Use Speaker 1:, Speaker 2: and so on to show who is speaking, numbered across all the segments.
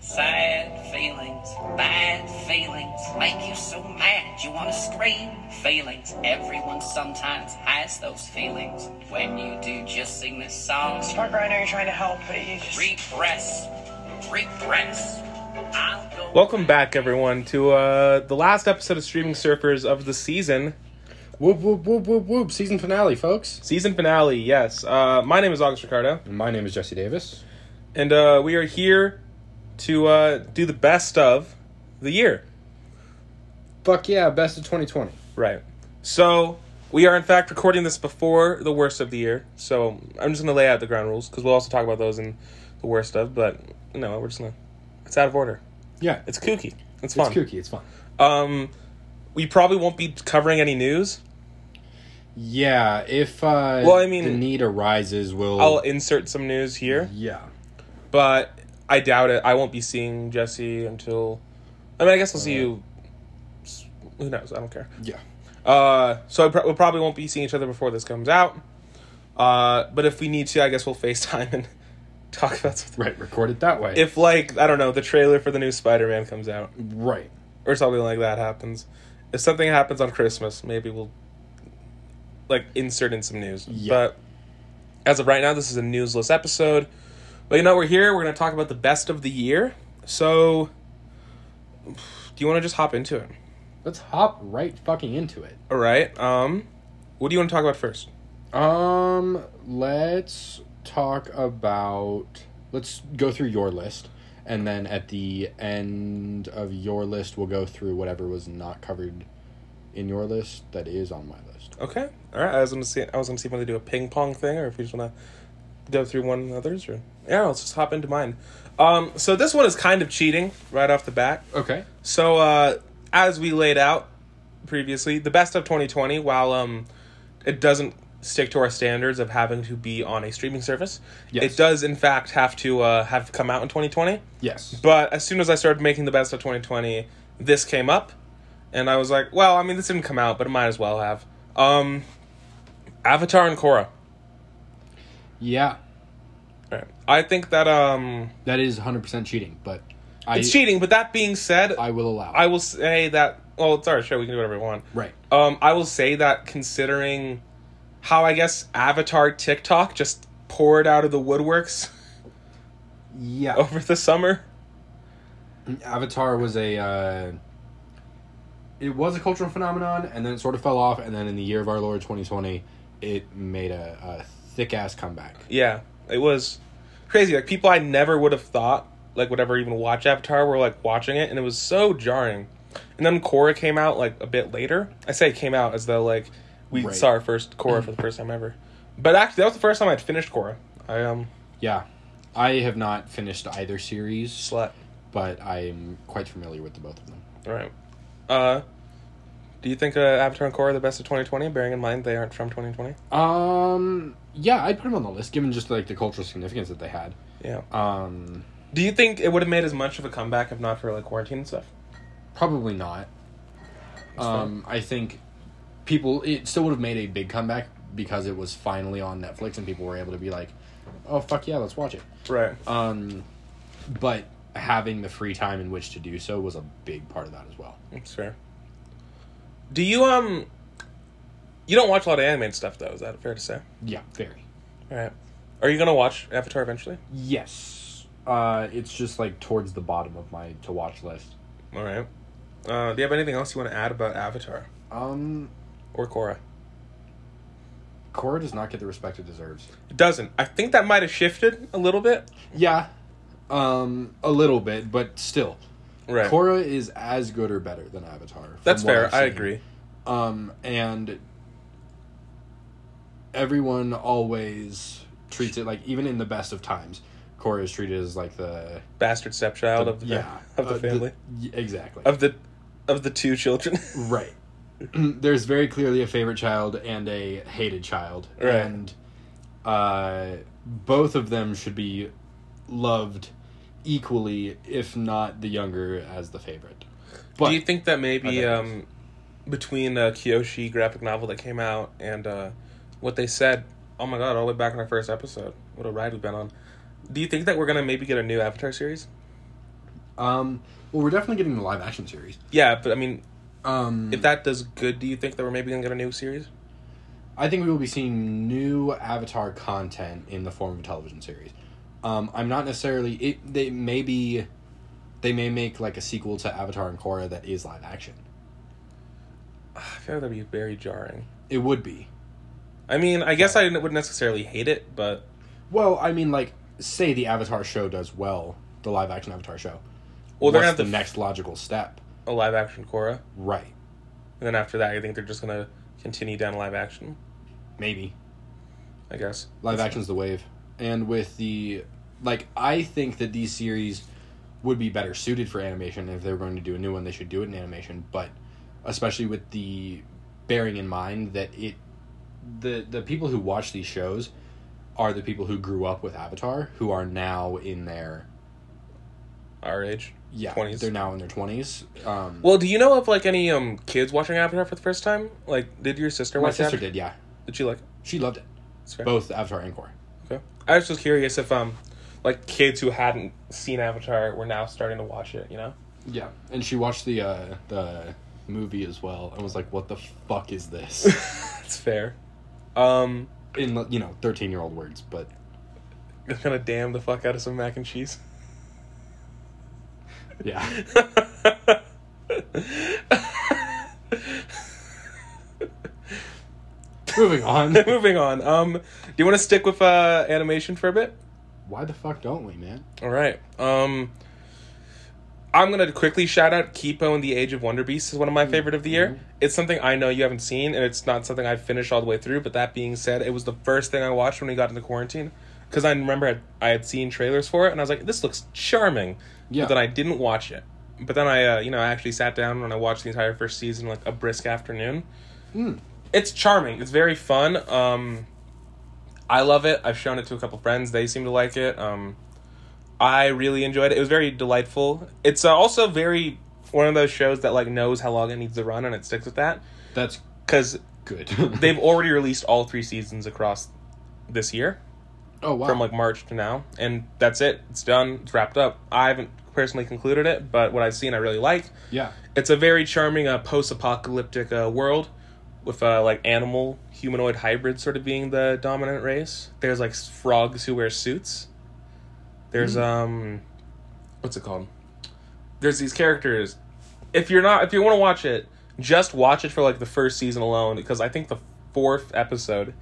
Speaker 1: Sad feelings, bad feelings make you so mad you want to scream. Feelings, everyone sometimes has those feelings. When you do, just sing this song.
Speaker 2: Mark, I know you're trying to help, but you just.
Speaker 1: Repress, repress. I'll go.
Speaker 3: Welcome back, everyone, to uh, the last episode of Streaming Surfers of the season.
Speaker 4: Whoop whoop whoop whoop whoop! Season finale, folks.
Speaker 3: Season finale, yes. Uh, my name is August Ricardo,
Speaker 4: My name is Jesse Davis.
Speaker 3: and uh, we are here to uh, do the best of the year.
Speaker 4: Fuck yeah, best of 2020.
Speaker 3: Right. So, we are in fact recording this before the worst of the year. So, I'm just going to lay out the ground rules because we'll also talk about those in the worst of, but no, we're just going to. It's out of order.
Speaker 4: Yeah, it's
Speaker 3: It's kooky. It's
Speaker 4: it's
Speaker 3: fun.
Speaker 4: kooky. It's fun.
Speaker 3: Um, we probably won't be covering any news.
Speaker 4: Yeah, if uh,
Speaker 3: Well, I mean-
Speaker 4: the need arises, we'll.
Speaker 3: I'll insert some news here.
Speaker 4: yeah,
Speaker 3: but I doubt it. I won't be seeing Jesse until. I mean, I guess I'll see you. Who knows? I don't care.
Speaker 4: yeah.
Speaker 3: Uh, so I pro- we probably won't be seeing each other before this comes out. Uh, but if we need to, I guess we'll FaceTime and talk about something.
Speaker 4: Right, record it that way.
Speaker 3: If like I don't know, the trailer for the new Spider-Man comes out
Speaker 4: right,
Speaker 3: or something like that happens. If something happens on Christmas, maybe we'll like insert in some news.
Speaker 4: Yeah.
Speaker 3: But as of right now, this is a newsless episode. But you know, we're here. We're going to talk about the best of the year. So, do you want to just hop into it?
Speaker 4: let's hop right fucking into it.
Speaker 3: All right. Um, what do you want to talk about first?
Speaker 4: Um, let's talk about. Let's go through your list, and then at the end of your list, we'll go through whatever was not covered in your list that is on my list.
Speaker 3: Okay. All right. I was going to see. I was going to see if we wanted to do a ping pong thing, or if we just want to go through one another's. Or yeah, let's just hop into mine. Um, so this one is kind of cheating right off the bat.
Speaker 4: Okay.
Speaker 3: So, uh, as we laid out previously, the best of 2020, while um, it doesn't stick to our standards of having to be on a streaming service,
Speaker 4: Yes.
Speaker 3: it does in fact have to uh, have come out in 2020.
Speaker 4: Yes.
Speaker 3: But as soon as I started making the best of 2020, this came up, and I was like, well, I mean, this didn't come out, but it might as well have. Um, Avatar and Korra.
Speaker 4: Yeah,
Speaker 3: All right. I think that um,
Speaker 4: that is 100% cheating, but I
Speaker 3: it's cheating. But that being said,
Speaker 4: I will allow. it.
Speaker 3: I will say that. Well, it's our show. We can do whatever we want.
Speaker 4: right.
Speaker 3: Um, I will say that considering how I guess Avatar TikTok just poured out of the woodworks
Speaker 4: Yeah.
Speaker 3: over the summer.
Speaker 4: Avatar was a uh, it was a cultural phenomenon and then it sort of fell off and then in the year of our Lord 2020, it made a, a thick ass comeback.
Speaker 3: Yeah, it was crazy. Like people I never would have thought like would ever even watch Avatar were like watching it, and it was so jarring. And then Korra came out like a bit later. I say it came out as though like we
Speaker 4: Right.
Speaker 3: saw our first Korra for the first time ever. But actually, that was the first time I'd finished Korra. I um
Speaker 4: Yeah. I have not finished either series,
Speaker 3: slut.
Speaker 4: but I'm quite familiar with the both of them.
Speaker 3: All right. Uh, do you think uh, Avatar and Korra are the best of 2020? Bearing in mind they aren't from 2020.
Speaker 4: Um yeah, I'd put them on the list given just like the cultural significance that they had.
Speaker 3: Yeah.
Speaker 4: Um
Speaker 3: Do you think it would have made as much of a comeback if not for like quarantine and stuff?
Speaker 4: Probably not. Um, I think people it still would have made a big comeback because it was finally on Netflix and people were able to be like, "Oh fuck yeah, let's watch it."
Speaker 3: Right.
Speaker 4: Um, but having the free time in which to do so was a big part of that as well.
Speaker 3: That's fair. Do you um? You don't watch a lot of animated stuff though. Is that fair to say?
Speaker 4: Yeah, very.
Speaker 3: All right. Are you gonna watch Avatar eventually?
Speaker 4: Yes. Uh, it's just like towards the bottom of my to watch list.
Speaker 3: All right. Uh, do you have anything else you want to add about Avatar
Speaker 4: Um,
Speaker 3: or Korra?
Speaker 4: Korra does not get the respect it deserves.
Speaker 3: It doesn't. I think that might have shifted a little bit.
Speaker 4: Yeah, um, a little bit, but still.
Speaker 3: Right.
Speaker 4: Korra is as good or better than Avatar. from
Speaker 3: That's
Speaker 4: what
Speaker 3: fair.
Speaker 4: I've
Speaker 3: I
Speaker 4: seen.
Speaker 3: agree.
Speaker 4: Um, and everyone always treats it like even in the best of times, Korra is treated as like the
Speaker 3: Bastard stepchild of the
Speaker 4: yeah
Speaker 3: of the
Speaker 4: uh,
Speaker 3: family
Speaker 4: y- exactly
Speaker 3: of the of the two children.
Speaker 4: right. There's very clearly a favorite child and a hated child,
Speaker 3: Right.
Speaker 4: and uh, both of them should be loved equally, if not the younger as the favorite. But
Speaker 3: Do you think that maybe
Speaker 4: I don't
Speaker 3: um, between uh, Kyoshi graphic novel that came out and uh, what they said? Oh my god! All the way back in our first episode, what a ride we've been on. Do you think that we're gonna maybe get a new Avatar series?
Speaker 4: Um, well, we're definitely getting the live action series.
Speaker 3: Yeah, but I mean,
Speaker 4: Um,
Speaker 3: if that does good, do you think that we're maybe gonna get a new series?
Speaker 4: I think we will be seeing new Avatar content in the form of a television series. Um, I'm not necessarily it. They may be, they may make like a sequel to Avatar and Korra that is live action.
Speaker 3: I feel like that'd be very jarring.
Speaker 4: It would be.
Speaker 3: I mean, I guess I wouldn't- wouldn't necessarily hate it, but
Speaker 4: Well, I mean, like say the Avatar show does well, the live action Avatar show.
Speaker 3: well, they're gonna
Speaker 4: What's
Speaker 3: have
Speaker 4: the
Speaker 3: to next
Speaker 4: next logical step,
Speaker 3: a live action Korra,
Speaker 4: right?
Speaker 3: and then after that, I think they're just gonna continue down live action.
Speaker 4: Maybe
Speaker 3: I guess
Speaker 4: live action's the wave, and with the like, I think that these series would be better suited for animation. If they were going to do a new one, they should do it in animation. But especially with the bearing in mind that it, the the people who watch these shows are the people who grew up with Avatar, who are now in their
Speaker 3: our age.
Speaker 4: yeah,
Speaker 3: 20s.
Speaker 4: they're now in their twenties. Um,
Speaker 3: Well, do you know of like any um kids watching Avatar for the first time? Like, did your sister
Speaker 4: my
Speaker 3: watch
Speaker 4: sister
Speaker 3: Avatar?
Speaker 4: did, yeah,
Speaker 3: Did she like? it?
Speaker 4: she loved it.
Speaker 3: It's fair.
Speaker 4: Both Avatar and Korra.
Speaker 3: Okay. I was just curious if um like kids who hadn't seen Avatar were now starting to watch it. You know.
Speaker 4: Yeah, and she watched the uh, the movie as well, and was like, "What the fuck is this?"
Speaker 3: It's fair. Um,
Speaker 4: in you know 13 year old words but
Speaker 3: I'm gonna damn the fuck out of some mac and cheese.
Speaker 4: yeah moving on
Speaker 3: Moving on. Um, do you want to stick with uh animation for a bit?
Speaker 4: why the fuck don't we man
Speaker 3: All right. Um, I'm gonna quickly shout out Kipo and the Age of Wonder Beasts is one of my favorite of the year. It's something I know you haven't seen, and it's not something I finished all the way through. But that being said, it was the first thing I watched when we got into quarantine because I remember I'd- I had seen trailers for it, and I was like, "This looks charming."
Speaker 4: Yeah.
Speaker 3: But then I didn't watch it. But then I, uh, you know, I actually sat down and I watched the entire first season like a brisk afternoon. It's charming. It's very fun. Um, I love it. I've shown it to a couple friends. They seem to like it. Um, I really enjoyed it. It was very delightful. It's uh, also very one of those shows that like knows how long it needs to run and it sticks with that
Speaker 4: that's
Speaker 3: because
Speaker 4: good
Speaker 3: they've already released all three seasons across this year
Speaker 4: oh wow
Speaker 3: from like March to now, and that's it. It's done. It's wrapped up. I haven't personally concluded it, but what I've seen, I really like.
Speaker 4: yeah
Speaker 3: It's a very charming uh, post-apocalyptic uh, world with uh, like animal humanoid hybrids sort of being the dominant race. There's like s- frogs who wear suits. There's um, what's it called? There's these characters. If you're not, if you want to watch it, just watch it for like the first season alone because I think the fourth episode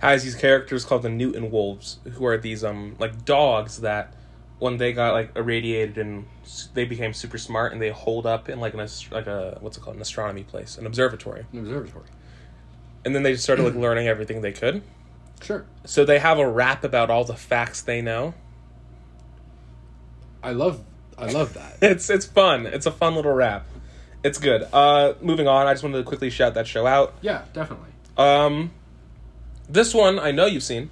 Speaker 3: has these characters called the Newton Wolves who are these um like dogs that when they got like irradiated and s- they became super smart and they hold up in like an ast- like a what's it called an astronomy place an observatory
Speaker 4: an observatory
Speaker 3: and then they just started like learning everything they could.
Speaker 4: sure
Speaker 3: So they have a rap about all the facts they know.
Speaker 4: i love i love that
Speaker 3: It's it's fun. It's a fun little rap. It's good. Uh, moving on, I just wanted to quickly shout that show out.
Speaker 4: yeah definitely
Speaker 3: Um, this one I know you've seen,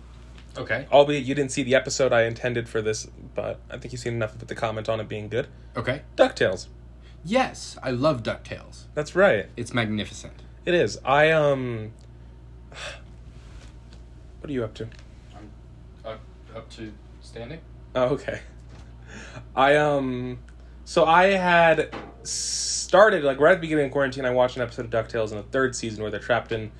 Speaker 4: okay
Speaker 3: albeit you didn't see the episode I intended for this, but I think you've seen enough of it to comment on it being good.
Speaker 4: okay
Speaker 3: Ducktales.
Speaker 4: yes i love ducktales
Speaker 3: That's right.
Speaker 4: it's magnificent
Speaker 3: It is. I um. What are you up to?
Speaker 4: i'm up, up to standing
Speaker 3: Oh, okay. I um so I had started like right at the beginning of quarantine I watched an episode of DuckTales in the third season where they're trapped in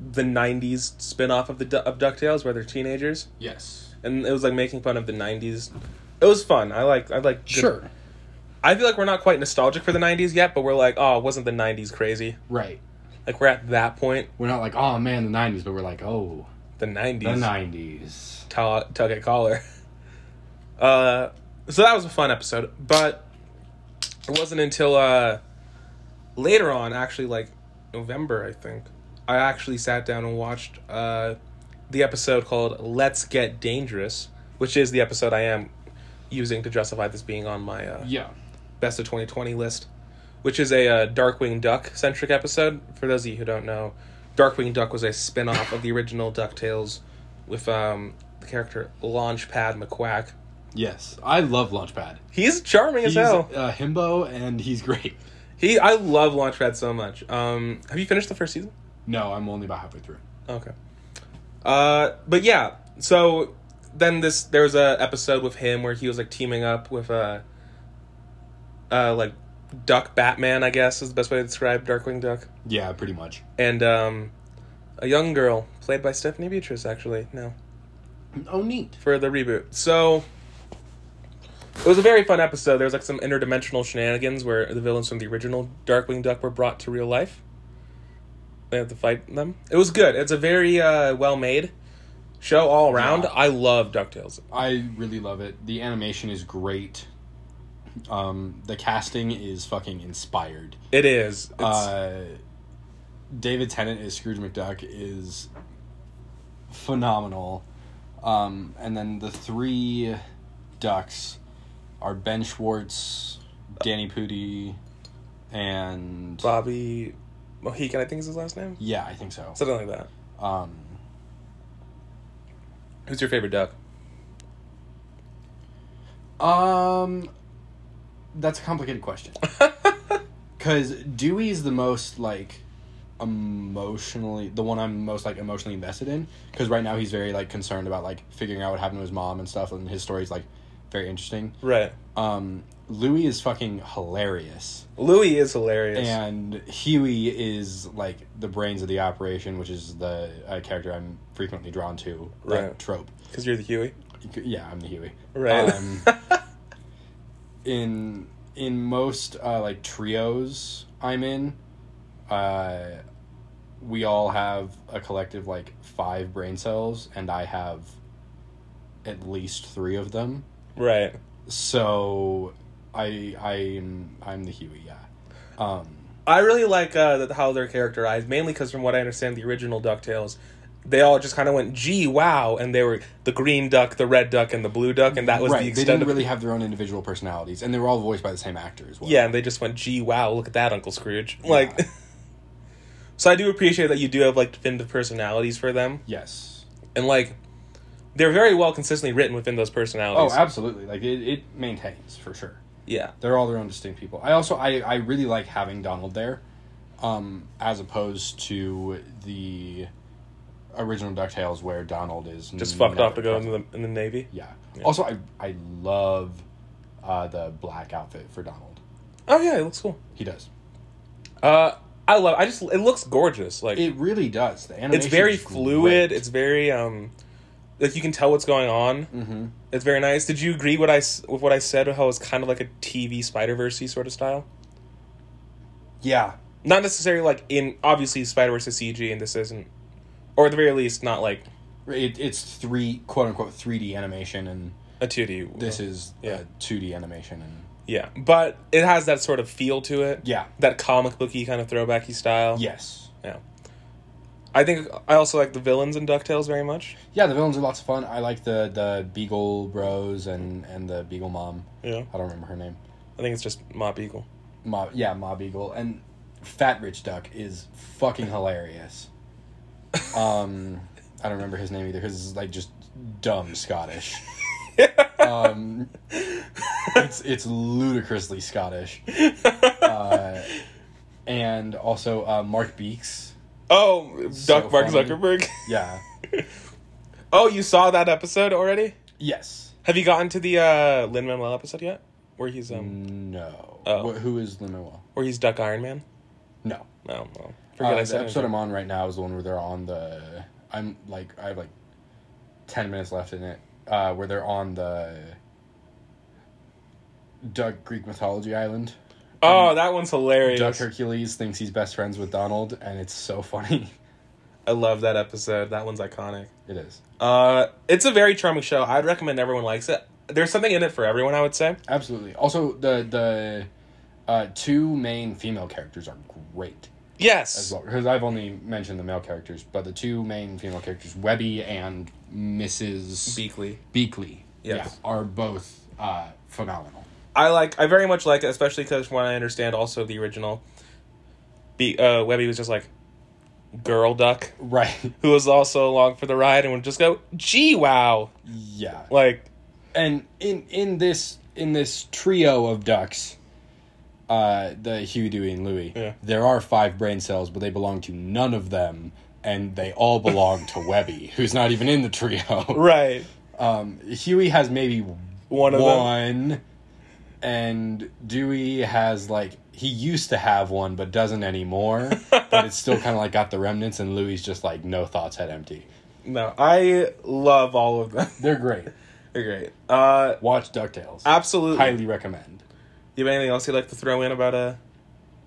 Speaker 3: the 90s spin-off of the Du- of DuckTales where they're teenagers
Speaker 4: yes
Speaker 3: and it was like making fun of the 90s. It was fun. I like I like good-
Speaker 4: sure
Speaker 3: I feel like we're not quite nostalgic for the 90s yet, but we're like, "Oh, wasn't the 90s crazy?"
Speaker 4: right
Speaker 3: Like we're at that point,
Speaker 4: we're not like oh man the 90s but we're like oh
Speaker 3: the 90s.
Speaker 4: the 90s
Speaker 3: Ta- tug at collar. Uh, so that was a fun episode, but it wasn't until uh, later on, actually, like November, I think, I actually sat down and watched uh, the episode called "Let's Get Dangerous," which is the episode I am using to justify this being on my uh,
Speaker 4: yeah
Speaker 3: best of 2020 list, which is a uh, Darkwing Duck centric episode. For those of you who don't know, Darkwing Duck was a spin off of the original DuckTales with um, the character Launchpad McQuack.
Speaker 4: yes i love launchpad
Speaker 3: He's charming
Speaker 4: he's
Speaker 3: as hell.
Speaker 4: uh, himbo and he's great
Speaker 3: He, I love Launchpad so much. Um, have you finished the first season?
Speaker 4: No, I'm only about halfway through.
Speaker 3: Okay. Uh, but yeah, so then this there was a episode with him where he was like teaming up with uh uh, like Duck Batman, I guess is the best way to describe Darkwing Duck.
Speaker 4: Yeah, pretty much.
Speaker 3: And um, a young girl played by Stephanie Beatrice, actually, no,
Speaker 4: Oh, neat.
Speaker 3: for the reboot. So it was a very fun episode. There was like some interdimensional shenanigans where the villains from the original Darkwing Duck were brought to real life. They had to fight them. It was good. It's a very uh, well made show all around. I love DuckTales.
Speaker 4: I really love it. The animation is great. Um, the casting is fucking inspired.
Speaker 3: It is. It's,
Speaker 4: Uh, David Tennant as Scrooge McDuck is phenomenal. Um, and then the three ducks are Ben Schwartz, Danny Pudi, and
Speaker 3: Bobby Mohican, I think is his last name.
Speaker 4: yeah, I think so.
Speaker 3: Something like that.
Speaker 4: Um,
Speaker 3: Who's your favorite duck?
Speaker 4: um, that's a complicated question. Cause Dewey's the most like emotionally the one I'm most like emotionally invested in because right now he's very like concerned about like figuring out what happened to his mom and stuff and his story's like very interesting.
Speaker 3: right.
Speaker 4: Um Louis is fucking hilarious
Speaker 3: Louis is hilarious.
Speaker 4: and Huey is like the brains of the operation which is the uh, character I'm frequently drawn to that
Speaker 3: Right.
Speaker 4: trope.
Speaker 3: Because you're the Huey.
Speaker 4: Yeah, I'm the Huey.
Speaker 3: Right.
Speaker 4: Um, in in most uh, like trios I'm in, uh, we all have a collective like five brain cells, and I have at least three of them.
Speaker 3: right.
Speaker 4: So I I'm I'm the Huey. Yeah. Um,
Speaker 3: I really like uh, that how they're characterized, mainly because from what I understand, the original DuckTales, they all just kind of went, gee, wow. And they were the green duck, the red duck, and the blue duck. And that was
Speaker 4: right.
Speaker 3: the
Speaker 4: they
Speaker 3: extent
Speaker 4: didn't
Speaker 3: of
Speaker 4: really have their own individual personalities, and they were all voiced by the same actor as well.
Speaker 3: Yeah, and they just went, gee, wow, look at that, Uncle Scrooge. Like. so I do appreciate that you do have, like, definitive personalities for them.
Speaker 4: Yes.
Speaker 3: And, like, they're very well consistently written within those personalities.
Speaker 4: Oh, absolutely. Like it, it maintains for sure.
Speaker 3: yeah.
Speaker 4: they're all their own distinct people. I also I, I really like having Donald there, um, as opposed to the original Ducktales where Donald is
Speaker 3: Just fucked off
Speaker 4: never
Speaker 3: to go
Speaker 4: present.
Speaker 3: into the, in the Navy.
Speaker 4: yeah. Also, I I love uh, the black outfit for Donald.
Speaker 3: Oh, yeah, it looks cool.
Speaker 4: He does.
Speaker 3: Uh, I love. I just it looks gorgeous. Like
Speaker 4: It really does. The animation.
Speaker 3: it's very
Speaker 4: is
Speaker 3: fluid.
Speaker 4: great.
Speaker 3: It's very um, like you can tell what's going on. Mm-hmm. It's very nice. Did you agree what I s- with what I said? How it's kind of like a TV Spider Verse sort of style.
Speaker 4: yeah.
Speaker 3: Not necessarily like in obviously Spider Verse is CG and this isn't, or at the very least not like
Speaker 4: It, it's three quote unquote three D animation and
Speaker 3: a two D.
Speaker 4: this is
Speaker 3: Oh. Yeah.
Speaker 4: two D animation and
Speaker 3: yeah, but it has that sort of feel to it.
Speaker 4: yeah
Speaker 3: that comic booky kind of throwbacky style.
Speaker 4: yes
Speaker 3: yeah. I think I also like the villains in Ducktales very much.
Speaker 4: Yeah, the villains are lots of fun. I like the the Beagle Bros and and the Beagle Mom.
Speaker 3: Yeah,
Speaker 4: I don't remember her name.
Speaker 3: I think it's just Mop Eagle.
Speaker 4: Mob, yeah, Mob Eagle and Fat Rich Duck is fucking hilarious. Um, I don't remember his name either. His is like just dumb Scottish. Um, it's it's ludicrously Scottish. Uh, and also uh, Mark Beeks.
Speaker 3: Oh, Duck
Speaker 4: So
Speaker 3: Mark
Speaker 4: funny.
Speaker 3: Zuckerberg.
Speaker 4: Yeah.
Speaker 3: Oh, you saw that episode already?
Speaker 4: Yes.
Speaker 3: Have you gotten to the uh, Lin Manuel episode yet, where he's
Speaker 4: Mm.
Speaker 3: um,
Speaker 4: No.
Speaker 3: Oh.
Speaker 4: Wh- who is Lin Manuel?
Speaker 3: where he's Duck Iron Man?
Speaker 4: No.
Speaker 3: No, well,
Speaker 4: Uh,
Speaker 3: forget I
Speaker 4: the
Speaker 3: said
Speaker 4: episode
Speaker 3: episode
Speaker 4: I'm on right now is the one where they're on the. I'm like I have like ten minutes left in it, uh, where they're on the Duck Greek mythology island.
Speaker 3: Oh, that one's
Speaker 4: um, Duck
Speaker 3: hilarious.
Speaker 4: Hercules thinks he's best friends with Donald, and it's so funny.
Speaker 3: I love that episode. That one's iconic.
Speaker 4: It is
Speaker 3: Uh, it's a very charming show. I'd recommend everyone likes it. There's something in it for everyone. I would say.
Speaker 4: absolutely. Also, the the uh, two main female characters are great as
Speaker 3: Yes.
Speaker 4: well because I've only mentioned the male characters, but the two main female characters, Webby and Mrs.
Speaker 3: Beakley.
Speaker 4: Beakley,
Speaker 3: Yes.
Speaker 4: yeah, are both uh, phenomenal.
Speaker 3: I like. I very much like it, especially because from what I understand, also the original. Be uh, Webby was just like, girl duck
Speaker 4: Right.
Speaker 3: who was also along for the ride and would just go, gee wow,
Speaker 4: Yeah.
Speaker 3: like
Speaker 4: And in in this in this trio of ducks, uh, the Huey, Dewey, and Louie,
Speaker 3: Yeah.
Speaker 4: there are five brain cells, but they belong to none of them, and they all belong to Webby, who's not even in the trio.
Speaker 3: right.
Speaker 4: Um, Huey has maybe
Speaker 3: One of them.
Speaker 4: one, and Dewey has like he used to have one but doesn't anymore. but it's still kind of like got the remnants, and Louis just like no thoughts head empty.
Speaker 3: No, I love all of them.
Speaker 4: They're great.
Speaker 3: They're great. Uh,
Speaker 4: Watch Ducktales.
Speaker 3: absolutely.
Speaker 4: Highly recommend.
Speaker 3: You have anything else you'd like to throw in about uh,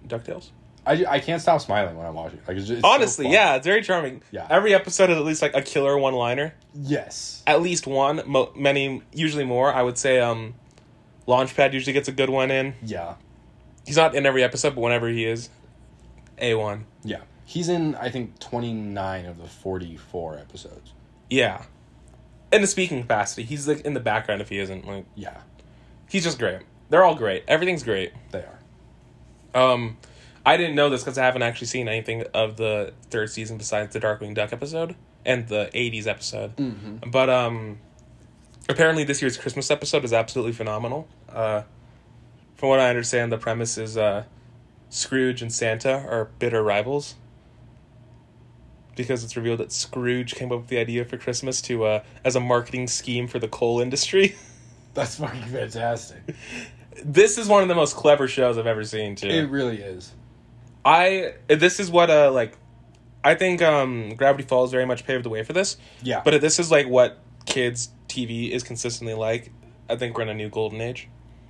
Speaker 3: Ducktales?
Speaker 4: I, I can't stop smiling when I'm watching. Like it's just, it's so
Speaker 3: Honestly,
Speaker 4: fun.
Speaker 3: yeah, it's very charming.
Speaker 4: Yeah.
Speaker 3: Every episode is at least like a killer one-liner.
Speaker 4: Yes.
Speaker 3: At least one, mo- many, usually more. I would say um, Launchpad usually gets a good one in.
Speaker 4: Yeah.
Speaker 3: He's not in every episode, but whenever he is, a one.
Speaker 4: Yeah. He's in I think 29 of the 44 episodes.
Speaker 3: Yeah. In the speaking capacity, he's like in the background if he isn't. Like
Speaker 4: Yeah.
Speaker 3: he's just great. They're all great. Everything's great.
Speaker 4: They are.
Speaker 3: Um, I didn't know this because I haven't actually seen anything of the third season besides the Darkwing Duck episode and the '80s episode. But um, apparently this year's Christmas episode is absolutely phenomenal. Uh, from what I understand, the premise is uh, Scrooge and Santa are bitter rivals because it's revealed that Scrooge came up with the idea for Christmas to uh, as a marketing scheme for the coal industry.
Speaker 4: That's fucking fantastic.
Speaker 3: this is one of the most clever shows I've ever seen. Too.
Speaker 4: It really is.
Speaker 3: I this is what uh like I think um Gravity Falls very much paved the way for this.
Speaker 4: Yeah.
Speaker 3: But if this is like what kids TV is consistently like, I think we're in a new golden age.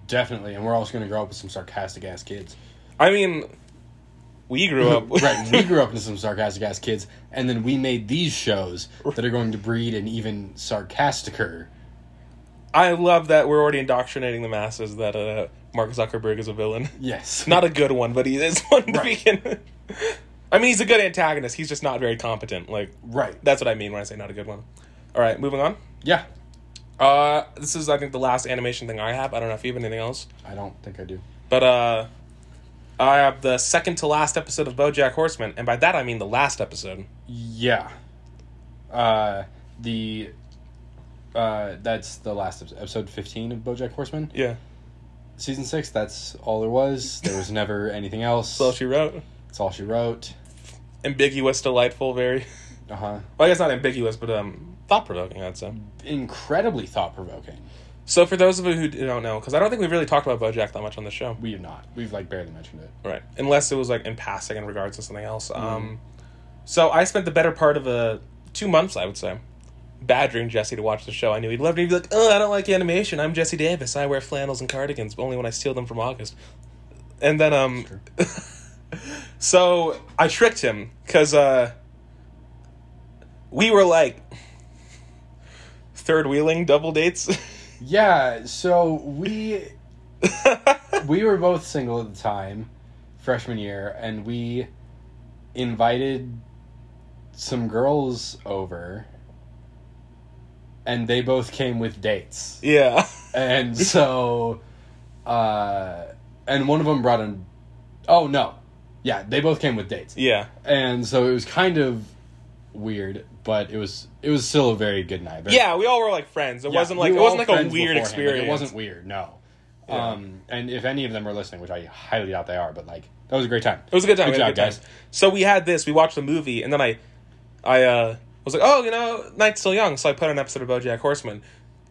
Speaker 4: Definitely, and we're also going to grow up with some sarcastic ass kids.
Speaker 3: I mean, we grew up
Speaker 4: right, we grew up into some sarcastic ass kids, and then we made these shows that are going to breed an even sarcasticer.
Speaker 3: I love that we're already indoctrinating the masses that uh Mark Zuckerberg is a villain.
Speaker 4: Yes.
Speaker 3: Not a good one, but he is one to
Speaker 4: Right.
Speaker 3: begin. with. I mean, he's a good antagonist. He's just not very competent. Like
Speaker 4: right.
Speaker 3: that's what I mean when I say not a good one. All right, moving on.
Speaker 4: Yeah.
Speaker 3: Uh, this is I think the last animation thing I have. I don't know if you have anything else.
Speaker 4: I don't think I do.
Speaker 3: But uh I have the second to last episode of BoJack Horseman, and by that I mean the last episode.
Speaker 4: Yeah. Uh, the. Uh, that's the last episode, episode 15 of BoJack Horseman,
Speaker 3: Yeah.
Speaker 4: season six. That's all there was. There was never anything else.
Speaker 3: So she wrote.
Speaker 4: That's all she wrote.
Speaker 3: Ambiguous, delightful, very.
Speaker 4: Uh huh.
Speaker 3: Well, I guess not ambiguous, but um, thought provoking. I'd say.
Speaker 4: Incredibly thought provoking.
Speaker 3: So for those of you who don't know, because I don't think we've really talked about BoJack that much on the show,
Speaker 4: We have not. We've like barely mentioned it.
Speaker 3: right? Unless it was like in passing in regards to something else. Um, so I spent the better part of uh, two months, I would say, badgering Jesse to watch the show. I knew he'd love it. He'd be like, "Oh, I don't like animation. I'm Jesse Davis. I wear flannels and cardigans, but only when I steal them from August." And then um, so I tricked him because uh, we were like third wheeling double dates.
Speaker 4: Yeah, so we we were both single at the time, freshman year, and we invited some girls over and they both came with dates.
Speaker 3: yeah.
Speaker 4: And so uh and one of them brought in Oh no. Yeah, they both came with dates.
Speaker 3: Yeah.
Speaker 4: And so it was kind of weird, but it was it was still a very good night. Very
Speaker 3: Yeah, we all were like friends. It
Speaker 4: yeah,
Speaker 3: wasn't
Speaker 4: we
Speaker 3: like it
Speaker 4: were
Speaker 3: wasn't
Speaker 4: all
Speaker 3: like a
Speaker 4: friends
Speaker 3: weird
Speaker 4: beforehand. Like,
Speaker 3: experience.
Speaker 4: it wasn't weird, no.
Speaker 3: Yeah.
Speaker 4: Um, and if any of them are listening, which I highly doubt they are, but like that was a great time.
Speaker 3: It was a good time.
Speaker 4: Good
Speaker 3: we had a
Speaker 4: job,
Speaker 3: good time.
Speaker 4: guys.
Speaker 3: So we had this. We watched the movie, and then I, I uh, was like, oh, you know, night's still young. So I put on an episode of BoJack Horseman,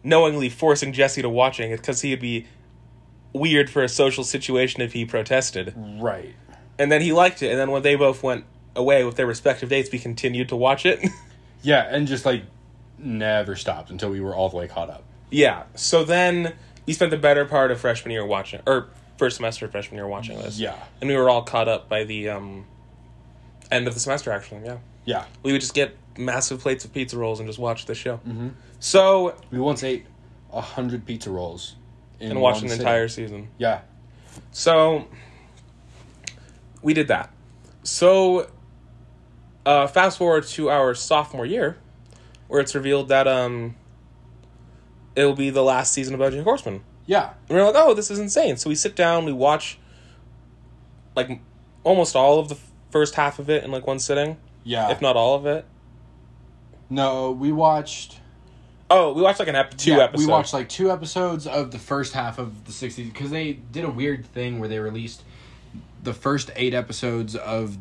Speaker 3: knowingly forcing Jesse to watching it because he'd be weird for a social situation if he protested.
Speaker 4: Right.
Speaker 3: And then he liked it. And then when they both went away with their respective dates, we continued to watch it.
Speaker 4: Yeah, and just like never stopped until we were all the way caught up.
Speaker 3: yeah. So then we spent the better part of freshman year watching, or first semester of freshman year watching this.
Speaker 4: Yeah.
Speaker 3: And we were all caught up by the um, end of the semester, actually. Yeah.
Speaker 4: Yeah.
Speaker 3: we would just get massive plates of pizza rolls and just watch the show.
Speaker 4: Mm-hmm.
Speaker 3: So,
Speaker 4: We once ate a hundred pizza rolls in
Speaker 3: and watch
Speaker 4: one
Speaker 3: an
Speaker 4: sitting.
Speaker 3: entire season.
Speaker 4: Yeah.
Speaker 3: So, we did that. So, uh, fast forward to our sophomore year, where it's revealed that um, it'll be the last season of BoJack Horseman.
Speaker 4: Yeah.
Speaker 3: And we're like, oh, this is insane. So we sit down, we watch like m- almost all of the f- first half of it in like one sitting,
Speaker 4: Yeah.
Speaker 3: if not all of it.
Speaker 4: no, we watched
Speaker 3: Oh, we watched like an ep- two
Speaker 4: Yeah,
Speaker 3: episodes.
Speaker 4: We watched like two episodes of the first half of the 60s because they did a weird thing where they released the first eight episodes of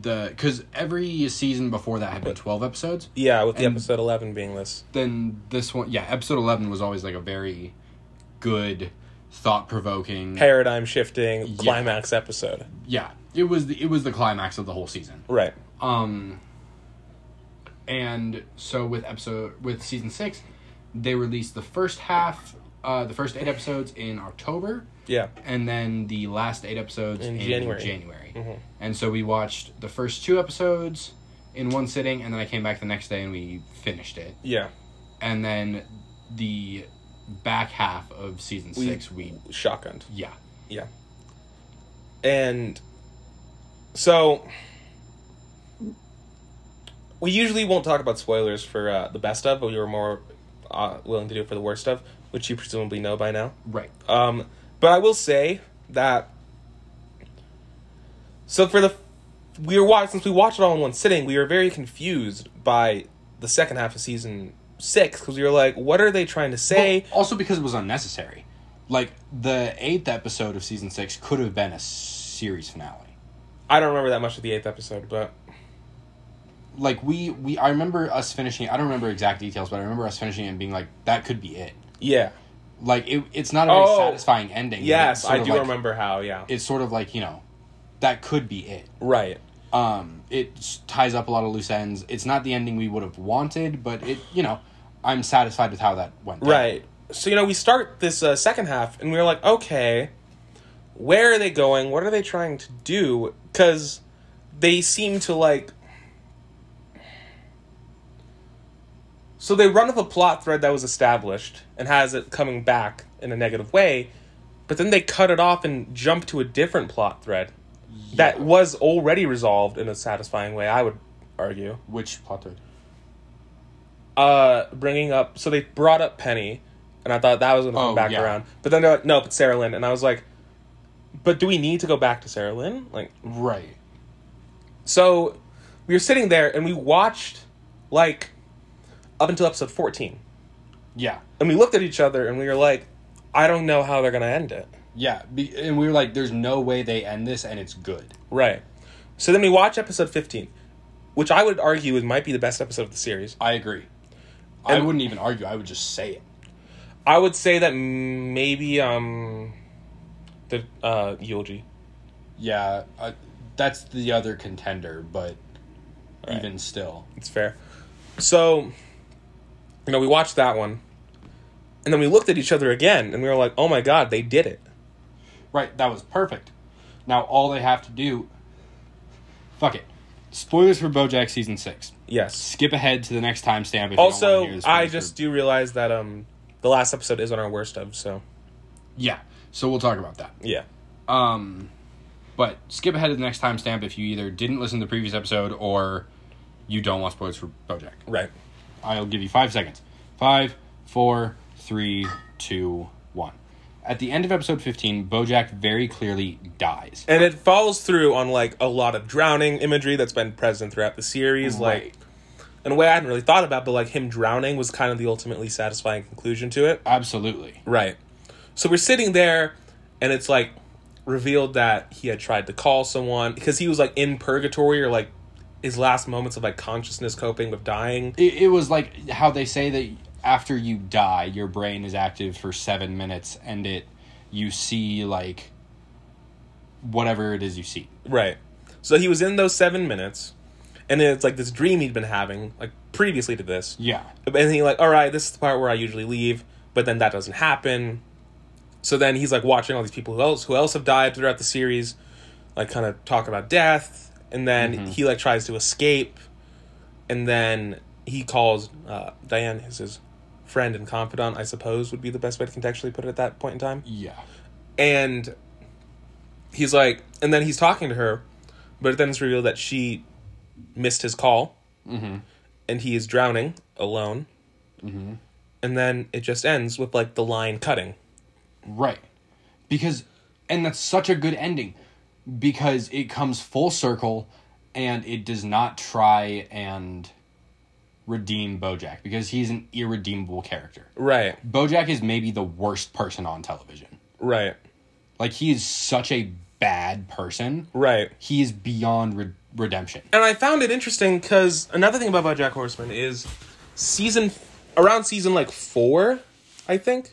Speaker 4: the because every season before that had been 12 episodes
Speaker 3: yeah, with the
Speaker 4: and-
Speaker 3: episode eleven being this.
Speaker 4: then this one yeah episode 11 was always like a very good thought provoking.
Speaker 3: paradigm shifting climax episode.
Speaker 4: Yeah, it was the, it was the climax of the whole season.
Speaker 3: Right.
Speaker 4: Um, and so with episode with season six, they released the first half, uh, the first eight episodes in October,
Speaker 3: Yeah.
Speaker 4: and then the last eight episodes in,
Speaker 3: In January. Mm-hmm.
Speaker 4: January. And so we watched the first two episodes in one sitting, and then I came back the next day and we finished it.
Speaker 3: Yeah.
Speaker 4: And then the back half of season
Speaker 3: We-
Speaker 4: six, we
Speaker 3: Shotgunned.
Speaker 4: yeah
Speaker 3: Yeah. And so we usually won't talk about spoilers for uh, the best of, but we were more uh, willing to do it for the worst of, which you presumably know by now.
Speaker 4: right
Speaker 3: Um, but I will say that. So for the, we were watching since we watched it all in one sitting. We were very confused by the second half of season six because we were like, "What are they trying to say?"
Speaker 4: Well, also because it was unnecessary. Like the eighth episode of season six could have been a series finale.
Speaker 3: I don't remember that much of the eighth episode, but
Speaker 4: Like we we I remember us finishing. I don't remember exact details, but I remember us finishing it and being like, that could be it.
Speaker 3: yeah,
Speaker 4: Like it, it's not a very
Speaker 3: Oh.
Speaker 4: satisfying ending. but it's
Speaker 3: yes,
Speaker 4: sort
Speaker 3: I
Speaker 4: of
Speaker 3: do
Speaker 4: like-
Speaker 3: remember how. Yeah,
Speaker 4: It's sort of like you know, that could be it.
Speaker 3: right.
Speaker 4: Um, it s- ties up a lot of loose ends. It's not the ending we would have wanted, but it you know, I'm satisfied with how that went. down.
Speaker 3: Right. So you know, we start this uh, second half, and we are like, okay, where are they going? What are they trying to do? Because they seem to like. So they run with a plot thread that was established and has it coming back in a negative way, but then they cut it off and jump to a different plot thread that
Speaker 4: Yeah.
Speaker 3: was already resolved in a satisfying way. I would argue
Speaker 4: Which plot thread?
Speaker 3: uh bringing up so they brought up penny and i thought that was gonna come
Speaker 4: Oh,
Speaker 3: back
Speaker 4: yeah.
Speaker 3: around but then they're like no but sarah lynn and i was like but do we need to go back to sarah lynn like
Speaker 4: Right.
Speaker 3: so we were sitting there and we watched like up until episode 14
Speaker 4: Yeah.
Speaker 3: and we looked at each other and we were like i don't know how they're gonna end it
Speaker 4: Yeah, be, and we were like, "There's no way they end this, and it's good."
Speaker 3: right so then we watch episode 15 which i would argue is might be the best episode of the series
Speaker 4: I agree. I
Speaker 3: And-
Speaker 4: wouldn't even argue. I would just say it.
Speaker 3: i would say that maybe um the uh eulogy
Speaker 4: Yeah, uh, that's the other contender, but even still,
Speaker 3: It's fair. So, you know, we watched that one, and then we looked at each other again, and we were like, "Oh my god, they did it!"
Speaker 4: right? That was perfect. Now all they have to do, fuck it. Spoilers for BoJack season six.
Speaker 3: Yes.
Speaker 4: Skip ahead to the next timestamp. If you don't wanna
Speaker 3: Also,
Speaker 4: hear the
Speaker 3: I
Speaker 4: spoilers
Speaker 3: just
Speaker 4: for-
Speaker 3: do realize that um, the last episode is on our worst of, so
Speaker 4: yeah. So we'll talk about that.
Speaker 3: yeah,
Speaker 4: Um, but skip ahead to the next timestamp if you either didn't listen to the previous episode or you don't want spoilers for BoJack.
Speaker 3: right.
Speaker 4: I'll give you five seconds. Five, four, three, two, one. At the end of episode 15, Bojack very clearly dies.
Speaker 3: And it follows through on like a lot of drowning imagery that's been present throughout the series, like
Speaker 4: Right.
Speaker 3: in a way I hadn't really thought about, but like him drowning was kind of the ultimately satisfying conclusion to it.
Speaker 4: Absolutely.
Speaker 3: Right. So we're sitting there, and it's like revealed that he had tried to call someone because he was like in purgatory or like his last moments of like consciousness coping with dying.
Speaker 4: It, it was like how they say that after you die, your brain is active for seven minutes, and it you see like whatever it is you see.
Speaker 3: Right. So he was in those seven minutes, and it's like this dream he'd been having like previously to this.
Speaker 4: Yeah.
Speaker 3: And then he like, all right, this is the part where I usually leave, but then that doesn't happen. So then he's like watching all these people who else who else have died throughout the series, like kind of talk about death, and then he like tries to escape, and then he calls uh, Diane, his his friend and confidant, I suppose would be the best way to contextually put it at that point in time
Speaker 4: Yeah.
Speaker 3: and he's like and then he's talking to her but then it's revealed that she missed his call and he is drowning alone and then it just ends with like the line cutting
Speaker 4: Right. Because and that's such a good ending because it comes full circle and it does not try and redeem Bojack because he's an irredeemable character.
Speaker 3: right
Speaker 4: Bojack is maybe the worst person on television.
Speaker 3: right
Speaker 4: Like he is such a bad person.
Speaker 3: right
Speaker 4: He is beyond re- redemption.
Speaker 3: and i found it interesting because another thing about bojack horseman is season around season like four i think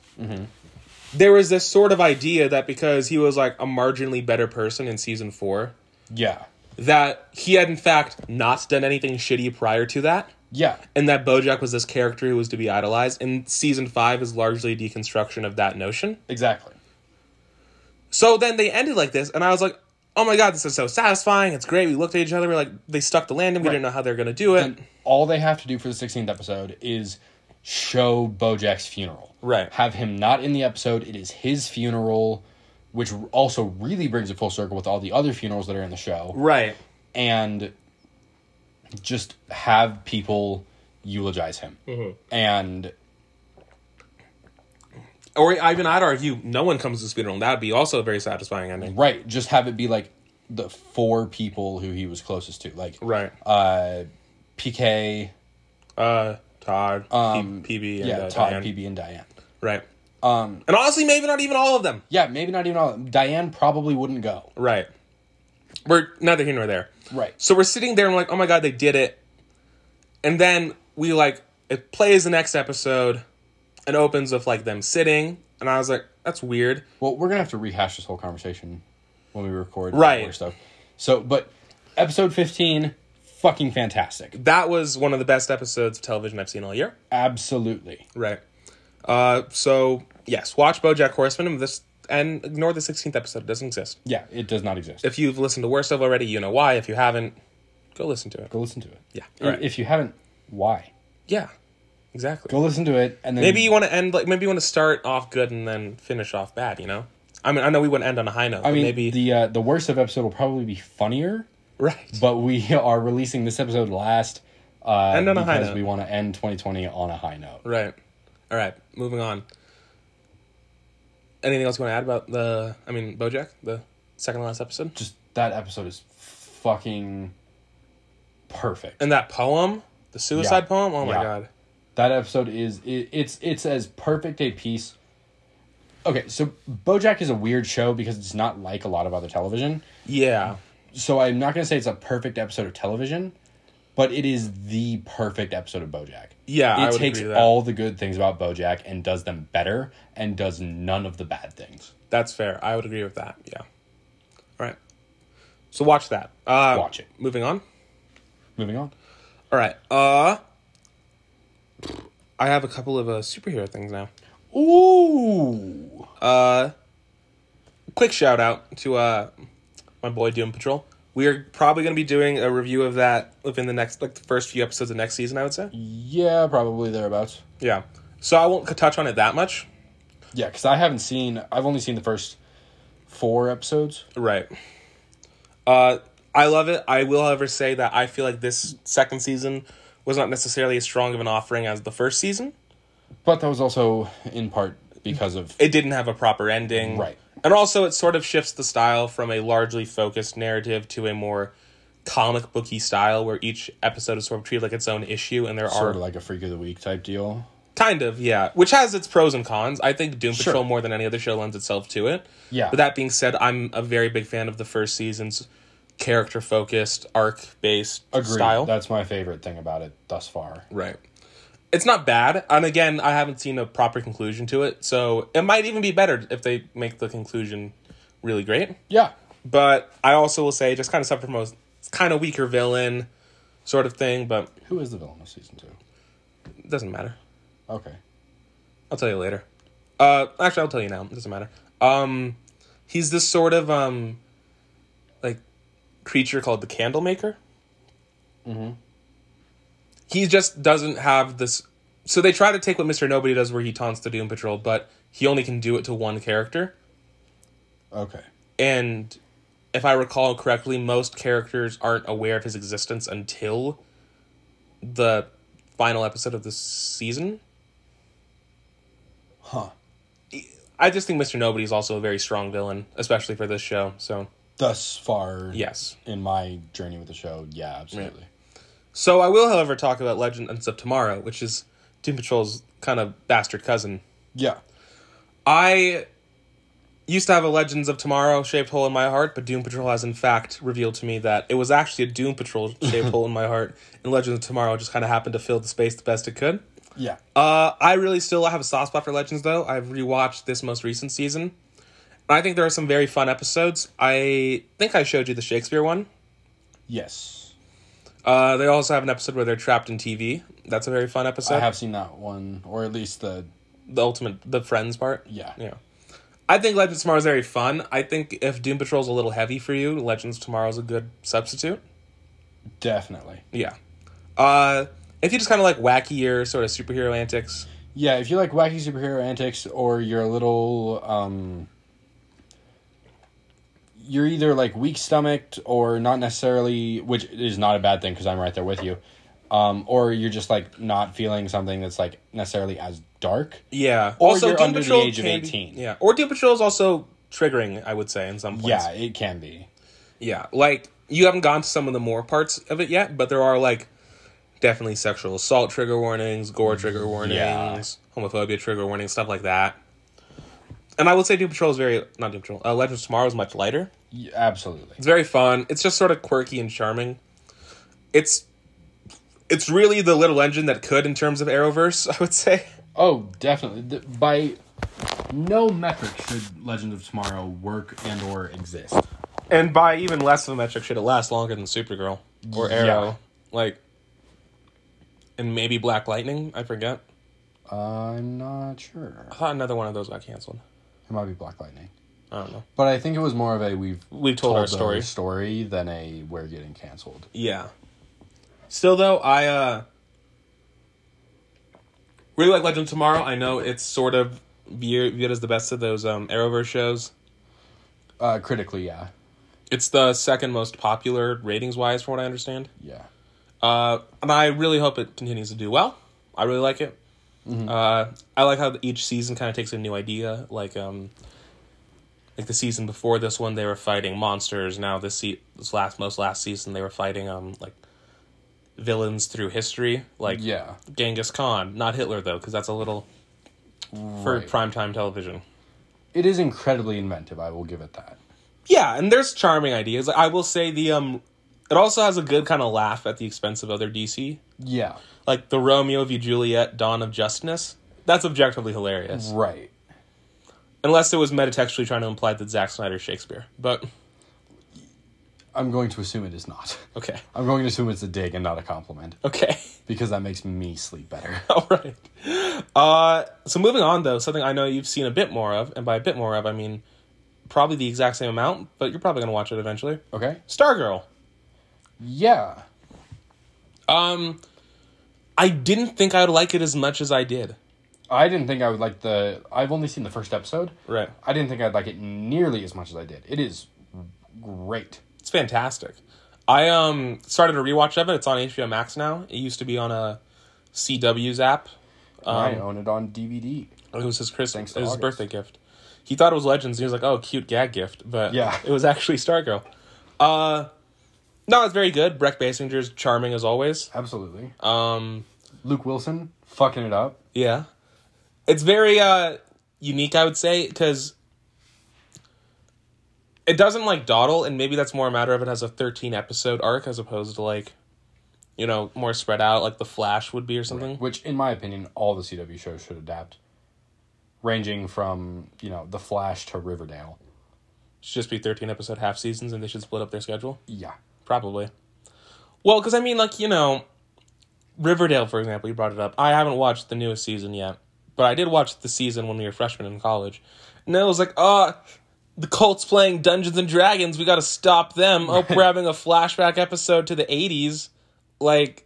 Speaker 3: there was this sort of idea that because he was like a marginally better person in season four,
Speaker 4: Yeah.
Speaker 3: that he had in fact not done anything shitty prior to that,
Speaker 4: Yeah.
Speaker 3: and that Bojack was this character who was to be idolized. And season five is largely a deconstruction of that notion.
Speaker 4: Exactly.
Speaker 3: So then they ended like this, and I was like, "Oh my god, this is so satisfying! It's great." We looked at each other, we're like, "They stuck the landing. We
Speaker 4: Right.
Speaker 3: didn't know how they were gonna do it."
Speaker 4: And all they have to do for the 16th episode is show Bojack's funeral.
Speaker 3: Right.
Speaker 4: Have him not in the episode. It is his funeral, which also really brings it full circle with all the other funerals that are in the show.
Speaker 3: right.
Speaker 4: and just have people eulogize him.
Speaker 3: Mm-hmm.
Speaker 4: And
Speaker 3: Or even I'd argue, no one comes to the funeral. That'd be also a very satisfying ending.
Speaker 4: right, just have it be like the four people who he was closest to, like
Speaker 3: Right.
Speaker 4: uh, PK,
Speaker 3: Uh, Todd, P- PB, and
Speaker 4: yeah,
Speaker 3: uh,
Speaker 4: Todd,
Speaker 3: Diane.
Speaker 4: PB, and Diane.
Speaker 3: Right. Um, and honestly, maybe not even all of them.
Speaker 4: Yeah, maybe not even all. Diane probably wouldn't go.
Speaker 3: Right. We're neither here nor there.
Speaker 4: Right.
Speaker 3: So we're sitting there and we're like, oh my god, they did it. And then we like it plays the next episode and opens with like them sitting. And I was like, that's weird.
Speaker 4: Well, we're gonna have to rehash this whole conversation when we record
Speaker 3: Right.
Speaker 4: more stuff. So, but episode fifteen, fucking fantastic,
Speaker 3: That was one of the best episodes of television I've seen all year.
Speaker 4: absolutely.
Speaker 3: Right. Uh so yes, watch Bojack Horseman and this and ignore the sixteenth episode. It doesn't exist.
Speaker 4: Yeah, it does not exist.
Speaker 3: If you've listened to Worst of already, you know why. If you haven't, go listen to it.
Speaker 4: Go listen to it.
Speaker 3: Yeah.
Speaker 4: I- If you haven't, why?
Speaker 3: Yeah. Exactly.
Speaker 4: Go listen to it, and then
Speaker 3: Maybe you want to end like maybe you want to start off good and then finish off bad. You know, I mean, I know we wouldn't end on a high note.
Speaker 4: I
Speaker 3: but
Speaker 4: mean,
Speaker 3: maybe
Speaker 4: the uh, the worst of episode will probably be funnier,
Speaker 3: right.
Speaker 4: but we are releasing this episode last. Uh,
Speaker 3: End on a high
Speaker 4: because
Speaker 3: note.
Speaker 4: we want to end 2020 on a high note.
Speaker 3: right. All right. Moving on. Anything else you want to add about the? I mean, BoJack, the second to last episode,
Speaker 4: Just that episode is fucking perfect.
Speaker 3: and that poem, the suicide
Speaker 4: Yeah.
Speaker 3: poem. Oh my
Speaker 4: Yeah.
Speaker 3: god.
Speaker 4: that episode is it, it's it's as perfect a piece okay so bojack is a weird show because it's not like a lot of other television
Speaker 3: Yeah.
Speaker 4: so i'm not going to say it's a perfect episode of television but it is the perfect episode of bojack
Speaker 3: Yeah, I
Speaker 4: it
Speaker 3: would
Speaker 4: takes
Speaker 3: agree with that.
Speaker 4: all the good things about bojack and does them better and does none of the bad things
Speaker 3: That's fair. I would agree with that. Yeah. All right. So watch that. Uh,
Speaker 4: Watch it.
Speaker 3: Moving on.
Speaker 4: moving on
Speaker 3: All right. Uh, I have a couple of uh, superhero things now.
Speaker 4: ooh
Speaker 3: quick shout out to uh my boy Doom Patrol. We are probably going to be doing a review of that within the next, like the first few episodes of next season, I would say.
Speaker 4: yeah probably thereabouts
Speaker 3: Yeah. So I won't touch on it that much.
Speaker 4: yeah because i haven't seen i've only seen the first four episodes
Speaker 3: Right. Uh, I love it. I will, however, say that I feel like this second season was not necessarily as strong of an offering as the first season.
Speaker 4: But that was also in part because of
Speaker 3: It didn't have a proper ending.
Speaker 4: Right.
Speaker 3: And also, it sort of shifts the style from a largely focused narrative to a more comic booky style where each episode is sort of treated like its own issue and there are
Speaker 4: sort of like a freak of the week type deal.
Speaker 3: Kind of, yeah. Which has its pros and cons. I think Doom Patrol
Speaker 4: Sure.
Speaker 3: more than any other show lends itself to it.
Speaker 4: Yeah.
Speaker 3: But that being said, I'm a very big fan of the first season's character focused, arc based
Speaker 4: Agreed.
Speaker 3: style.
Speaker 4: That's my favorite thing about it thus far.
Speaker 3: right. It's not bad. And again, I haven't seen a proper conclusion to it. So it might even be better if they make the conclusion really great.
Speaker 4: Yeah.
Speaker 3: But I also will say, just kind of suffer from a kind of weaker villain sort of thing, but
Speaker 4: Who is the villain of season two?
Speaker 3: it doesn't matter.
Speaker 4: Okay.
Speaker 3: I'll tell you later. Uh, actually, I'll tell you now. It doesn't matter. Um, he's this sort of um, like creature called the Candlemaker. Mm-hmm. He just doesn't have this. So they try to take what Mister Nobody does, where he taunts the Doom Patrol, but he only can do it to one character.
Speaker 4: Okay.
Speaker 3: And if I recall correctly, most characters aren't aware of his existence until the final episode of the season.
Speaker 4: Huh.
Speaker 3: I just think Mr. Nobody is also a very strong villain, especially for this show. So,
Speaker 4: Thus far.
Speaker 3: yes.
Speaker 4: In my journey with the show, yeah, absolutely.
Speaker 3: So, I will, however, talk about Legends of Tomorrow, which is Doom Patrol's kind of bastard cousin.
Speaker 4: Yeah.
Speaker 3: I used to have a Legends of Tomorrow shaped hole in my heart, but Doom Patrol has, in fact, revealed to me that it was actually a Doom Patrol shaped hole in my heart, and Legends of Tomorrow just kind of happened to fill the space the best it could.
Speaker 4: Yeah.
Speaker 3: Uh, I really still have a soft spot for Legends, though. I've rewatched this most recent season. And I think there are some very fun episodes. I think I showed you the Shakespeare one.
Speaker 4: Yes.
Speaker 3: Uh, they also have an episode where they're trapped in TV. That's a very fun episode.
Speaker 4: I have seen that one, or at least the
Speaker 3: the ultimate, the friends part.
Speaker 4: yeah.
Speaker 3: Yeah. I think Legends of Tomorrow is very fun. I think if Doom Patrol's a little heavy for you, Legends of Tomorrow is a good substitute.
Speaker 4: Definitely.
Speaker 3: Yeah. Uh, if you just kind of like wackier sort of superhero antics,
Speaker 4: Yeah, if you like wacky superhero antics, or you're a little, um, you're either like weak stomached or not necessarily, which is not a bad thing because I'm right there with you, um, or you're just like not feeling something that's like necessarily as dark.
Speaker 3: yeah.
Speaker 4: Or you're under the age of
Speaker 3: can be-
Speaker 4: 18.
Speaker 3: yeah. Or Doom Patrol is also triggering, I would say, in some points.
Speaker 4: Yeah, it can be.
Speaker 3: Yeah. Like you haven't gone to some of the more parts of it yet, but there are like definitely sexual assault trigger warnings, gore trigger warnings, homophobia trigger warnings, stuff like that. And I would say Doom Patrol is very not Doom Patrol. Uh, Legends of Tomorrow is much lighter.
Speaker 4: Y- Absolutely.
Speaker 3: It's very fun. It's just sort of quirky and charming. It's it's really the little engine that could in terms of Arrowverse, I would say.
Speaker 4: Oh, definitely. Th- By no metric should Legend of Tomorrow work and or exist.
Speaker 3: And by even less of a metric, should it last longer than Supergirl or Arrow?
Speaker 4: Yeah.
Speaker 3: Like, and maybe Black Lightning. I forget.
Speaker 4: I'm not sure.
Speaker 3: I thought another one of those got canceled.
Speaker 4: It might be Black Lightning.
Speaker 3: I don't know.
Speaker 4: But I think it was more of a we've
Speaker 3: We've told our
Speaker 4: the
Speaker 3: story.
Speaker 4: story than a we're getting canceled.
Speaker 3: Yeah. Still though, I uh really like Legend of Tomorrow. I know it's sort of viewed viewed as the best of those um Arrowverse shows.
Speaker 4: Uh, critically, yeah,
Speaker 3: It's the second most popular ratings wise, from what I understand.
Speaker 4: yeah.
Speaker 3: Uh, and I really hope it continues to do well. I really like it.
Speaker 4: Mm-hmm.
Speaker 3: Uh, I like how each season kind of takes a new idea. Like, um, like the season before this one, they were fighting monsters. Now this se- this last most last season, they were fighting um like villains through history. Like
Speaker 4: Yeah.
Speaker 3: Genghis Khan, not Hitler though, because that's a little for
Speaker 4: Right.
Speaker 3: primetime television.
Speaker 4: It is incredibly inventive. I will give it that.
Speaker 3: Yeah, and there's charming ideas. Like, I will say the um, it also has a good kind of laugh at the expense of other DC
Speaker 4: Yeah,
Speaker 3: like the Romeo v Juliet Dawn of Justice. That's objectively hilarious.
Speaker 4: right.
Speaker 3: Unless it was metatextually trying to imply that Zack Snyder is Shakespeare. But
Speaker 4: I'm going to assume it is not.
Speaker 3: okay.
Speaker 4: I'm going to assume it's a dig and not a compliment
Speaker 3: Okay.
Speaker 4: because that makes me sleep better.
Speaker 3: All right. Uh so moving on though, something I know you've seen a bit more of, and by a bit more of I mean probably the exact same amount, but you're probably gonna watch it eventually.
Speaker 4: Okay.
Speaker 3: Stargirl.
Speaker 4: Yeah.
Speaker 3: Um I didn't think I'd like it as much as I did.
Speaker 4: I didn't think I would like the. I've only seen the first episode.
Speaker 3: Right.
Speaker 4: I didn't think I'd like it nearly as much as I did. It is great.
Speaker 3: It's fantastic. I um started a rewatch of it. It's on HBO Max now. It used to be on a CW's app.
Speaker 4: I
Speaker 3: Um,
Speaker 4: own it on DVD.
Speaker 3: Oh, It was his Christmas,
Speaker 4: Thanks
Speaker 3: it
Speaker 4: to
Speaker 3: was his
Speaker 4: August.
Speaker 3: birthday gift. He thought it was Legends. He was like, "Oh, cute gag gift," but
Speaker 4: Yeah.
Speaker 3: it was actually Stargirl. Uh, no, it's very good. Breck Basinger's charming as always.
Speaker 4: Absolutely.
Speaker 3: Um,
Speaker 4: Luke Wilson fucking it up.
Speaker 3: yeah, it's very uh unique, I would say, because it doesn't like dawdle, and maybe that's more a matter of it has a thirteen episode arc as opposed to like, you know, more spread out like the Flash would be or something.
Speaker 4: which in my opinion all the cw shows should adapt ranging from you know the flash to riverdale
Speaker 3: Should just be thirteen episode half seasons, and they should split up their schedule.
Speaker 4: yeah
Speaker 3: Probably. Well, because I mean, like, you know, Riverdale, for example, you brought it up. I haven't watched the newest season yet, but I did watch the season when we were freshmen in college. And it was like, oh, the Colts playing Dungeons and Dragons. We got to stop them. Oh, we're having a flashback episode to the 80s. Like,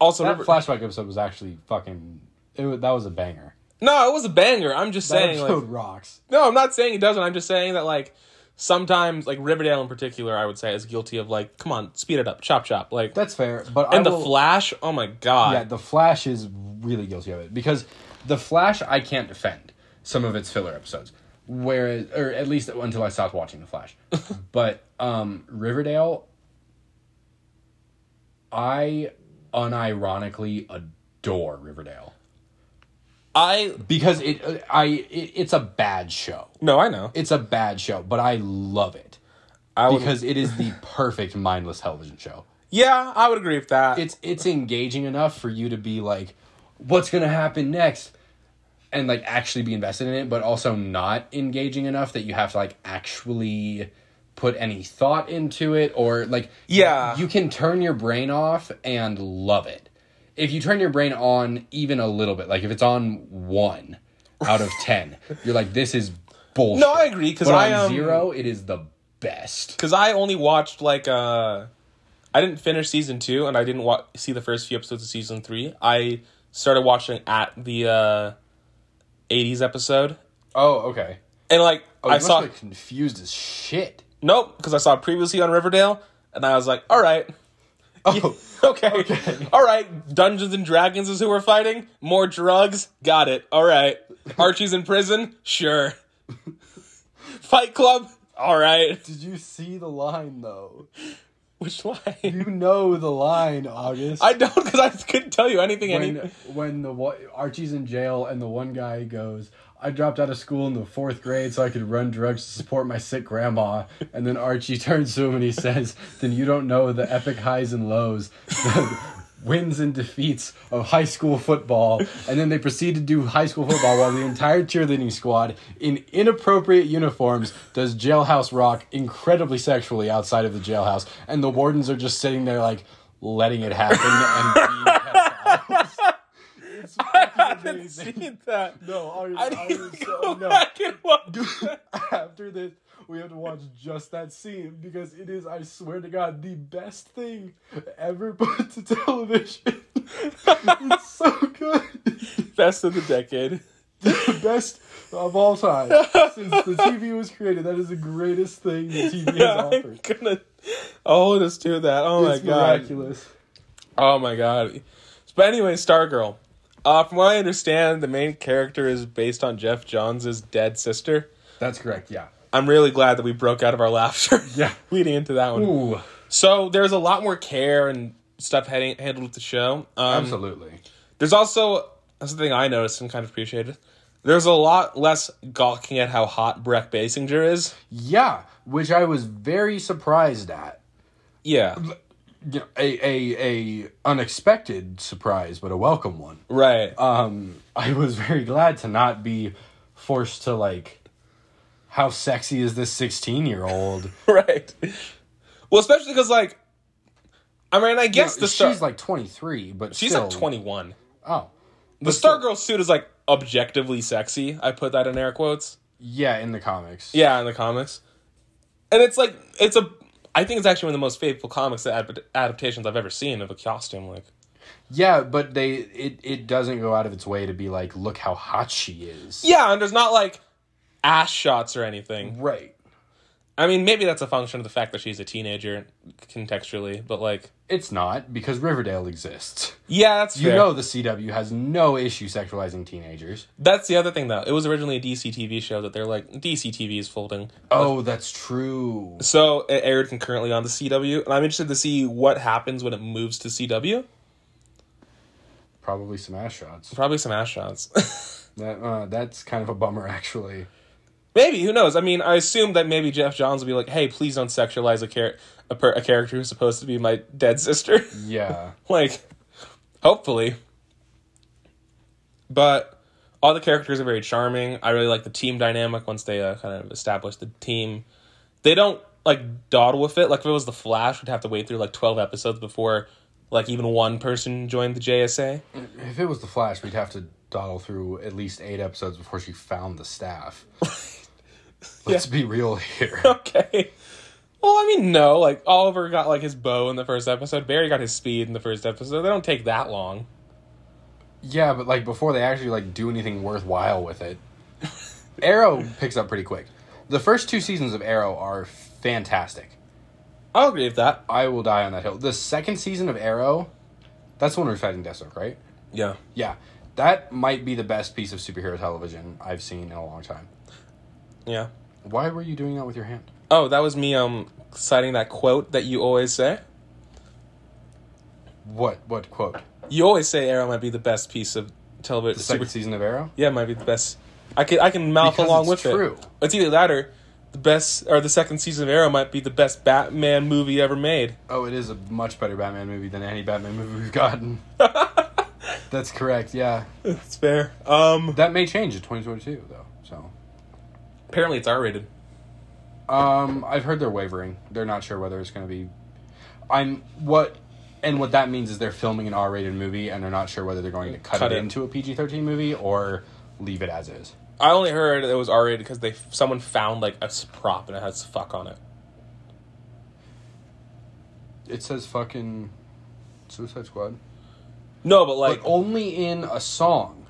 Speaker 3: also,
Speaker 4: that
Speaker 3: River-
Speaker 4: flashback episode was actually fucking it, wa- that was a banger
Speaker 3: no, it was a banger. I'm just
Speaker 4: that
Speaker 3: saying, like,
Speaker 4: episode rocks
Speaker 3: No, I'm not saying it doesn't. I'm just saying that like sometimes, like Riverdale in particular, I would say is guilty of like, come on, speed it up, chop chop, like.
Speaker 4: that's fair but
Speaker 3: and
Speaker 4: I
Speaker 3: the
Speaker 4: will-
Speaker 3: Flash, oh my god,
Speaker 4: yeah the flash is really guilty of it because the flash i can't defend some of its filler episodes whereas or at least until i stopped watching the flash but um riverdale i unironically adore riverdale
Speaker 3: I
Speaker 4: because it uh, i it, it's a bad show
Speaker 3: no, I know.
Speaker 4: it's a bad show but i love it
Speaker 3: I would,
Speaker 4: because it is the perfect mindless television show
Speaker 3: yeah, I would agree with that.
Speaker 4: it's it's engaging enough for you to be like what's gonna happen next and like actually be invested in it but also not engaging enough that you have to like actually put any thought into it or like
Speaker 3: Yeah.
Speaker 4: you can turn your brain off and love it if you turn your brain on even a little bit like if it's on one out of ten you're like this is bullshit
Speaker 3: No, I agree, 'cause
Speaker 4: But
Speaker 3: I,
Speaker 4: on
Speaker 3: um,
Speaker 4: zero it is the best
Speaker 3: because I only watched like uh, I didn't finish season two, and I didn't wa- see the first few episodes of season three. I started watching at the uh, '80s episode,
Speaker 4: oh okay
Speaker 3: and like I
Speaker 4: I
Speaker 3: saw
Speaker 4: saw confused as shit
Speaker 3: nope because I saw it previously on Riverdale, and I was like, all right.
Speaker 4: oh
Speaker 3: Okay. All right. Dungeons and Dragons is who we're fighting. More drugs. Got it. All right. Archie's in prison. Sure. Fight Club. All right.
Speaker 4: Did you see the line though?
Speaker 3: Which line?
Speaker 4: You know the line, August.
Speaker 3: I don't because I couldn't tell you anything.
Speaker 4: when
Speaker 3: any-
Speaker 4: when the wa- Archie's in jail and the one guy goes, I dropped out of school in the fourth grade so I could run drugs to support my sick grandma. And then Archie turns to him and he says, "Then you don't know the epic highs and lows." the Wins and defeats of high school football, and then they proceed to do high school football while the entire cheerleading squad, in inappropriate uniforms, does jailhouse rock incredibly sexually outside of the jailhouse, and the wardens are just sitting there like letting it happen and being kept out. It's
Speaker 3: I
Speaker 4: fucking
Speaker 3: haven't
Speaker 4: amazing.
Speaker 3: seen that.
Speaker 4: No, I, was-
Speaker 3: I
Speaker 4: I
Speaker 3: need
Speaker 4: was
Speaker 3: to
Speaker 4: so-
Speaker 3: go
Speaker 4: no.
Speaker 3: back and watch.
Speaker 4: After this, we have to watch just that scene because it is, I swear to God, the best thing ever put to television. it's so good.
Speaker 3: Best of the decade.
Speaker 4: The best of all time since the TV was created. That is the greatest thing the TV has
Speaker 3: I'm
Speaker 4: offered.
Speaker 3: gonna. Oh, just do that. Oh
Speaker 4: it's
Speaker 3: my god.
Speaker 4: miraculous.
Speaker 3: Oh my god. But anyway, Stargirl. Uh, from what I understand, the main character is based on Jeff Johns' dead sister.
Speaker 4: That's correct. Yeah.
Speaker 3: I'm really glad that we broke out of our laughter.
Speaker 4: Yeah.
Speaker 3: leading into that one.
Speaker 4: Ooh,
Speaker 3: So there's a lot more care and stuff heading, handled with the show. Um,
Speaker 4: absolutely.
Speaker 3: There's also that's the thing I noticed and kind of appreciated. There's a lot less gawking at how hot Breck Basinger is.
Speaker 4: Yeah, which I was very surprised at.
Speaker 3: Yeah,
Speaker 4: you know, a, a a unexpected surprise, but a welcome one.
Speaker 3: right.
Speaker 4: Um, I was very glad to not be forced to like, how sexy is this sixteen year old?
Speaker 3: right. Well, especially because like, I mean, I guess the
Speaker 4: she's
Speaker 3: star
Speaker 4: like twenty three, but
Speaker 3: she's
Speaker 4: still,
Speaker 3: like 21.
Speaker 4: Oh,
Speaker 3: The Stargirl suit is like objectively sexy. I put that in air quotes.
Speaker 4: yeah, in the comics.
Speaker 3: Yeah, in the comics. And it's like it's a I think it's actually one of the most faithful comics ad- adaptations I've ever seen of a costume like.
Speaker 4: yeah, but they it it doesn't go out of its way to be like, look how hot she is.
Speaker 3: Yeah, and there's not like ass shots or anything.
Speaker 4: Right.
Speaker 3: I mean, maybe that's a function of the fact that she's a teenager contextually, but like
Speaker 4: It's not because Riverdale exists.
Speaker 3: yeah, that's
Speaker 4: You
Speaker 3: fair.
Speaker 4: know the CW has no issue sexualizing teenagers.
Speaker 3: That's the other thing though. It was originally a DC TV show that they're like DC TV is folding.
Speaker 4: Oh, that's true.
Speaker 3: So it aired concurrently on the CW, and I'm interested to see what happens when it moves to CW.
Speaker 4: Probably some ass shots.
Speaker 3: Probably some ass shots.
Speaker 4: That uh, that's kind of a bummer, actually.
Speaker 3: Maybe who knows? I mean, I assume that maybe Jeff Johns will be like, "Hey, please don't sexualize a char- a, per- a character who's supposed to be my dead sister."
Speaker 4: Yeah,
Speaker 3: like, hopefully. But all the characters are very charming. I really like the team dynamic once they uh, kind of establish the team. They don't like dawdle with it. Like if it was the Flash, we'd have to wait through like twelve episodes before like even one person joined the JSA.
Speaker 4: if it was the Flash, we'd have to dawdle through at least eight episodes before she found the staff. Let's be real here.
Speaker 3: okay. Well, I mean, no. Like Oliver got like his bow in the first episode. Barry got his speed in the first episode. They don't take that long.
Speaker 4: yeah, but like before they actually like do anything worthwhile with it, Arrow picks up pretty quick. The first two seasons of Arrow are fantastic.
Speaker 3: I'll agree with that.
Speaker 4: I will die on that hill. The second season of Arrow, that's the one we're fighting Deathstroke, right?
Speaker 3: Yeah.
Speaker 4: Yeah, that might be the best piece of superhero television I've seen in a long time.
Speaker 3: Yeah.
Speaker 4: Why were you doing that with your hand?
Speaker 3: Oh, that was me um citing that quote that you always say.
Speaker 4: What what quote?
Speaker 3: You always say Arrow might be the best piece of television.
Speaker 4: The second season of Arrow.
Speaker 3: yeah, might be the best. I can I can mouth
Speaker 4: Because
Speaker 3: along
Speaker 4: it's
Speaker 3: with
Speaker 4: true.
Speaker 3: it. It's either that or the best or the second season of Arrow might be the best Batman movie ever made.
Speaker 4: Oh, it is a much better Batman movie than any Batman movie we've gotten. That's correct. Yeah,
Speaker 3: It's fair. Um,
Speaker 4: that may change in 2022 though. So,
Speaker 3: apparently it's R rated.
Speaker 4: um, I've heard they're wavering. They're not sure whether it's going to be. I'm what, and what that means is they're filming an R-rated movie and they're not sure whether they're going to cut,
Speaker 3: Cut
Speaker 4: it,
Speaker 3: it.
Speaker 4: into a PG-13 movie or leave it as is.
Speaker 3: I only heard it was R rated because they someone found like a s- prop and it has fuck on it.
Speaker 4: It says fucking Suicide Squad.
Speaker 3: No, but like
Speaker 4: like only in a song.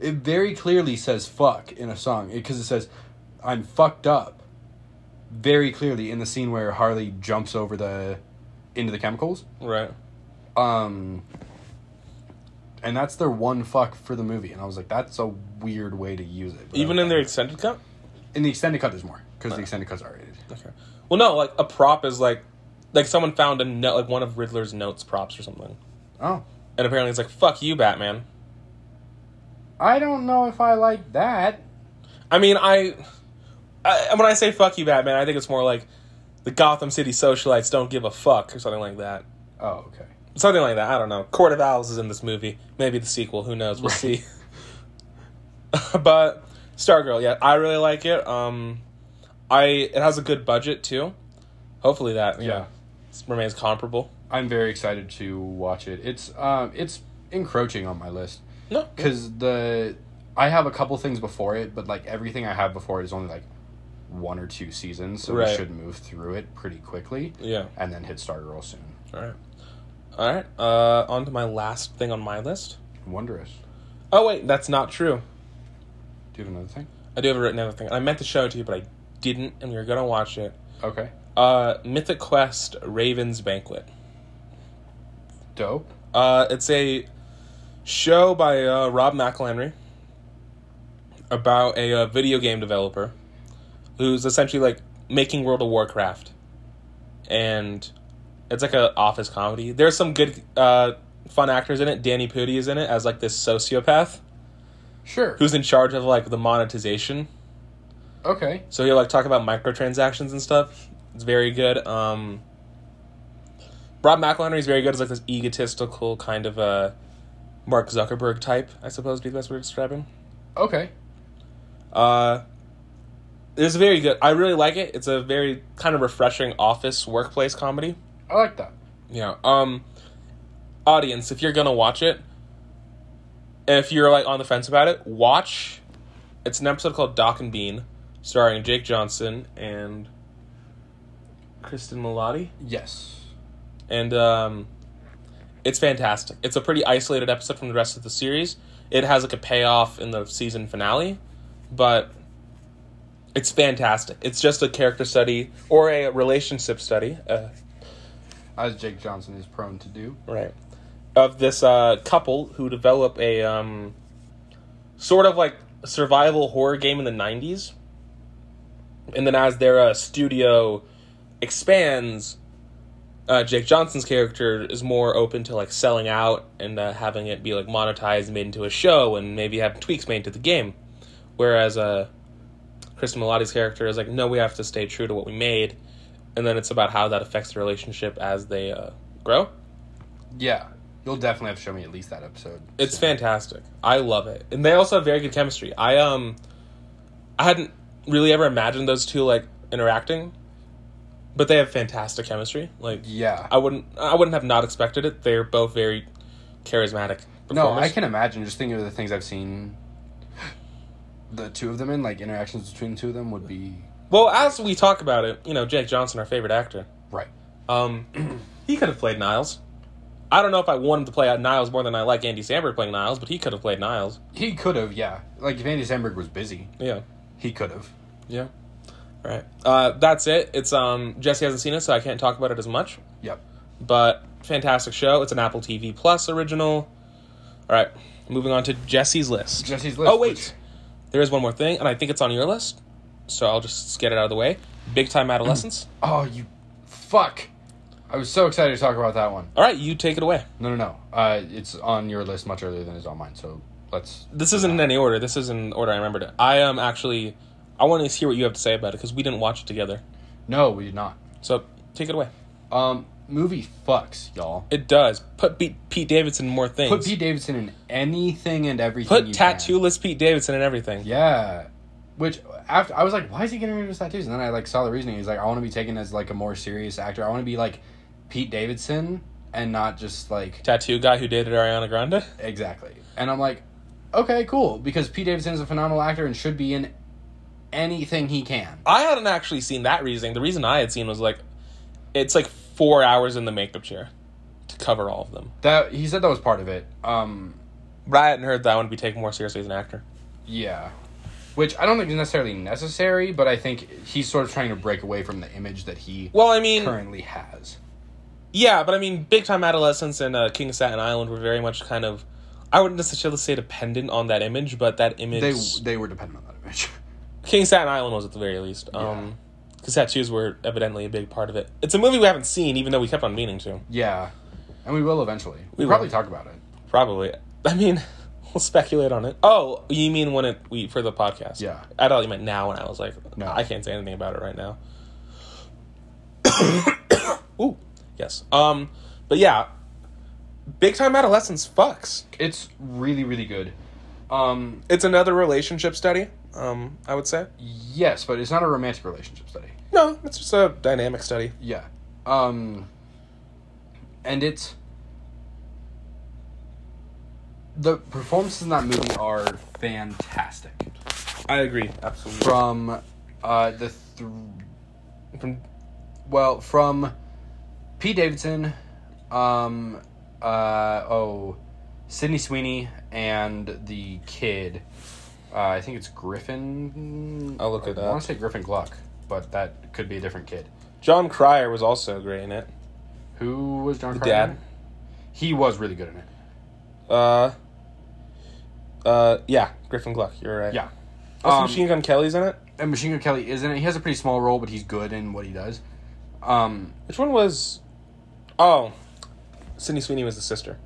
Speaker 4: It very clearly says "fuck" in a song because it, says "I'm fucked up." Very clearly in the scene where Harley jumps over the into the chemicals,
Speaker 3: right.
Speaker 4: um, and that's their one fuck for the movie. And I was like, that's a weird way to use it. But
Speaker 3: Even in their
Speaker 4: okay.
Speaker 3: extended cut.
Speaker 4: in the extended cut, there's more because the extended cuts are rated.
Speaker 3: Okay. Well, no, like a prop is like like someone found a note, like one of Riddler's notes props or something,
Speaker 4: Oh,
Speaker 3: and apparently it's like fuck you, Batman.
Speaker 4: I don't know if I like that.
Speaker 3: I mean, I, I when I say fuck you, Batman, I think it's more like the Gotham City socialites don't give a fuck or something like that.
Speaker 4: Oh, okay.
Speaker 3: Something like that. I don't know. Court of Owls is in this movie. Maybe the sequel. Who knows? We'll see. but Stargirl, yeah, I really like it. Um, I it has a good budget too. Hopefully that yeah,
Speaker 4: yeah.
Speaker 3: remains comparable.
Speaker 4: I'm very excited to watch it. It's um, it's encroaching on my list
Speaker 3: No,
Speaker 4: because the I have a couple things before it, but like everything I have before it is only like one or two seasons, so we
Speaker 3: Right.
Speaker 4: should move through it pretty quickly
Speaker 3: yeah.
Speaker 4: and then hit Stargirl soon.
Speaker 3: All right, all right. Uh, on to my last thing on my list.
Speaker 4: Wondrous.
Speaker 3: Oh wait, that's not true.
Speaker 4: Do you have another thing?
Speaker 3: I do have written another thing. I meant to show it to you, but I didn't, and we were gonna watch it.
Speaker 4: Okay.
Speaker 3: Uh, Mythic Quest: Raven's Banquet.
Speaker 4: Dope.
Speaker 3: Uh, it's a show by uh, Rob McElhenry about a uh, video game developer who's essentially like making World of Warcraft, and it's like a office comedy. There's some good, uh, fun actors in it. Danny Pudi is in it as like this sociopath
Speaker 4: Sure.
Speaker 3: who's in charge of like the monetization
Speaker 4: okay.
Speaker 3: So he'll like talk about microtransactions and stuff. It's very good. Um Rob McElhenney is very good as like this egotistical kind of uh Mark Zuckerberg type, I suppose would be the best way to describe him.
Speaker 4: Okay.
Speaker 3: Uh it's very good. I really like it. It's a very kind of refreshing office workplace comedy.
Speaker 4: I like that.
Speaker 3: Yeah. Um audience, if you're gonna watch it, if you're like on the fence about it, watch it's an episode called Doc and Bean, starring Jake Johnson and Kristen Milotti.
Speaker 4: Yes.
Speaker 3: And um it's fantastic. It's a pretty isolated episode from the rest of the series. It has like a payoff in the season finale, but it's fantastic. It's just a character study or a relationship study, uh,
Speaker 4: As Jake Johnson is prone to do.
Speaker 3: right of this uh, couple who develop a um, sort of like survival horror game in the 90s and then as their uh, studio expands uh, jake johnson's character is more open to like selling out and uh, having it be like monetized made into a show and maybe have tweaks made to the game whereas uh, kristen Milotti's character is like no we have to stay true to what we made and then it's about how that affects the relationship as they uh, grow
Speaker 4: Yeah. You'll definitely have to show me at least that episode.
Speaker 3: It's fantastic. I love it, and they also have very good chemistry. I um, I hadn't really ever imagined those two like interacting, but they have fantastic chemistry. Like
Speaker 4: Yeah.
Speaker 3: I wouldn't, I wouldn't have not expected it. They're both very charismatic.
Speaker 4: No,
Speaker 3: performers.
Speaker 4: I can imagine. Just thinking of the things I've seen, the two of them in like interactions between the two of them would be
Speaker 3: Well, as we talk about it, you know, Jake Johnson, our favorite actor,
Speaker 4: right.
Speaker 3: um, he could have played Niles. I don't know if I want him to play Niles more than I like Andy Samberg playing Niles, but he could have played Niles.
Speaker 4: He could have, yeah. Like if Andy Samberg was busy,
Speaker 3: Yeah.
Speaker 4: he could have.
Speaker 3: Yeah. All right. Uh, that's it. It's um Jesse hasn't seen it, so I can't talk about it as much.
Speaker 4: Yep.
Speaker 3: But fantastic show. It's an Apple TV Plus original. All right. Moving on to Jesse's list.
Speaker 4: Jesse's list,
Speaker 3: Oh wait,
Speaker 4: which-
Speaker 3: there is one more thing, and I think it's on your list, so I'll just get it out of the way. Big Time Adolescence.
Speaker 4: Oh, you fuck! I was so excited to talk about that one.
Speaker 3: All right, you take it away.
Speaker 4: No, no, no. Uh, it's on your list much earlier than it's on mine. So let's.
Speaker 3: This isn't in any order. This is in order I remembered it. I um actually, I want to hear what you have to say about it because we didn't watch it together.
Speaker 4: No, we did not.
Speaker 3: So take it away.
Speaker 4: Um, movie fucks, y'all.
Speaker 3: It does. Put Pete, Pete Davidson in more things.
Speaker 4: Put Pete Davidson in anything and everything.
Speaker 3: Put
Speaker 4: you can.
Speaker 3: tattooless Pete Davidson in everything.
Speaker 4: Yeah. Which after I was like, why is he getting rid of his tattoos? And then I like saw the reasoning. He's like, I want to be taken as like a more serious actor. I want to be like Pete Davidson and not just like
Speaker 3: Tattoo guy who dated Ariana Grande.
Speaker 4: exactly. And I'm like, okay, cool, because Pete Davidson is a phenomenal actor and should be in anything he can.
Speaker 3: I hadn't actually seen that reasoning. The reason I had seen was like, it's like four hours in the makeup chair to cover all of them.
Speaker 4: That he said that was part of it. Um,
Speaker 3: But I hadn't heard that I want to be taken more seriously as an actor.
Speaker 4: yeah. Which I don't think is necessarily necessary, but I think he's sort of trying to break away from the image that he
Speaker 3: Well, I mean,
Speaker 4: currently has.
Speaker 3: yeah, but I mean, Big Time Adolescence and uh, King of Staten Island were very much kind of, I wouldn't necessarily say dependent on that image, but that image.
Speaker 4: They they were dependent on that image.
Speaker 3: King of Staten Island was at the very least. Um, because tattoos were evidently a big part of it. It's a movie we haven't seen, even though we kept on meaning to.
Speaker 4: Yeah, and we will eventually.
Speaker 3: will.
Speaker 4: We will probably talk about it.
Speaker 3: Probably. I mean, we'll speculate on it. Oh, you mean when it we for the podcast?
Speaker 4: Yeah.
Speaker 3: I thought you meant now, and I was like,
Speaker 4: No.
Speaker 3: I can't say anything about it right now. Ooh, yes. Um, but yeah, big time adolescence fucks.
Speaker 4: It's really really good. Um,
Speaker 3: It's another relationship study. Um, I would say
Speaker 4: yes, but it's not a romantic relationship study.
Speaker 3: no. It's just a dynamic study.
Speaker 4: Yeah. Um and it's the performances in that movie are fantastic.
Speaker 3: I agree, absolutely.
Speaker 4: From uh the th-
Speaker 3: From
Speaker 4: well, from Pete Davidson, um uh oh, Sydney Sweeney and the kid. Uh, I think it's Griffin.
Speaker 3: I'll look it
Speaker 4: I want
Speaker 3: up.
Speaker 4: to say Griffin Gluck, but that could be a different kid.
Speaker 3: John Cryer was also great in it.
Speaker 4: Who was John?
Speaker 3: The
Speaker 4: Carpenter?
Speaker 3: dad.
Speaker 4: He was really good in it.
Speaker 3: Uh, uh, yeah, Griffin Gluck. You're right.
Speaker 4: Yeah.
Speaker 3: Also,
Speaker 4: Um,
Speaker 3: Machine Gun Kelly's in it.
Speaker 4: And Machine Gun Kelly is in it. He has a pretty small role, but he's good in what he does. Um,
Speaker 3: Which one was? Oh, Sydney Sweeney was the sister,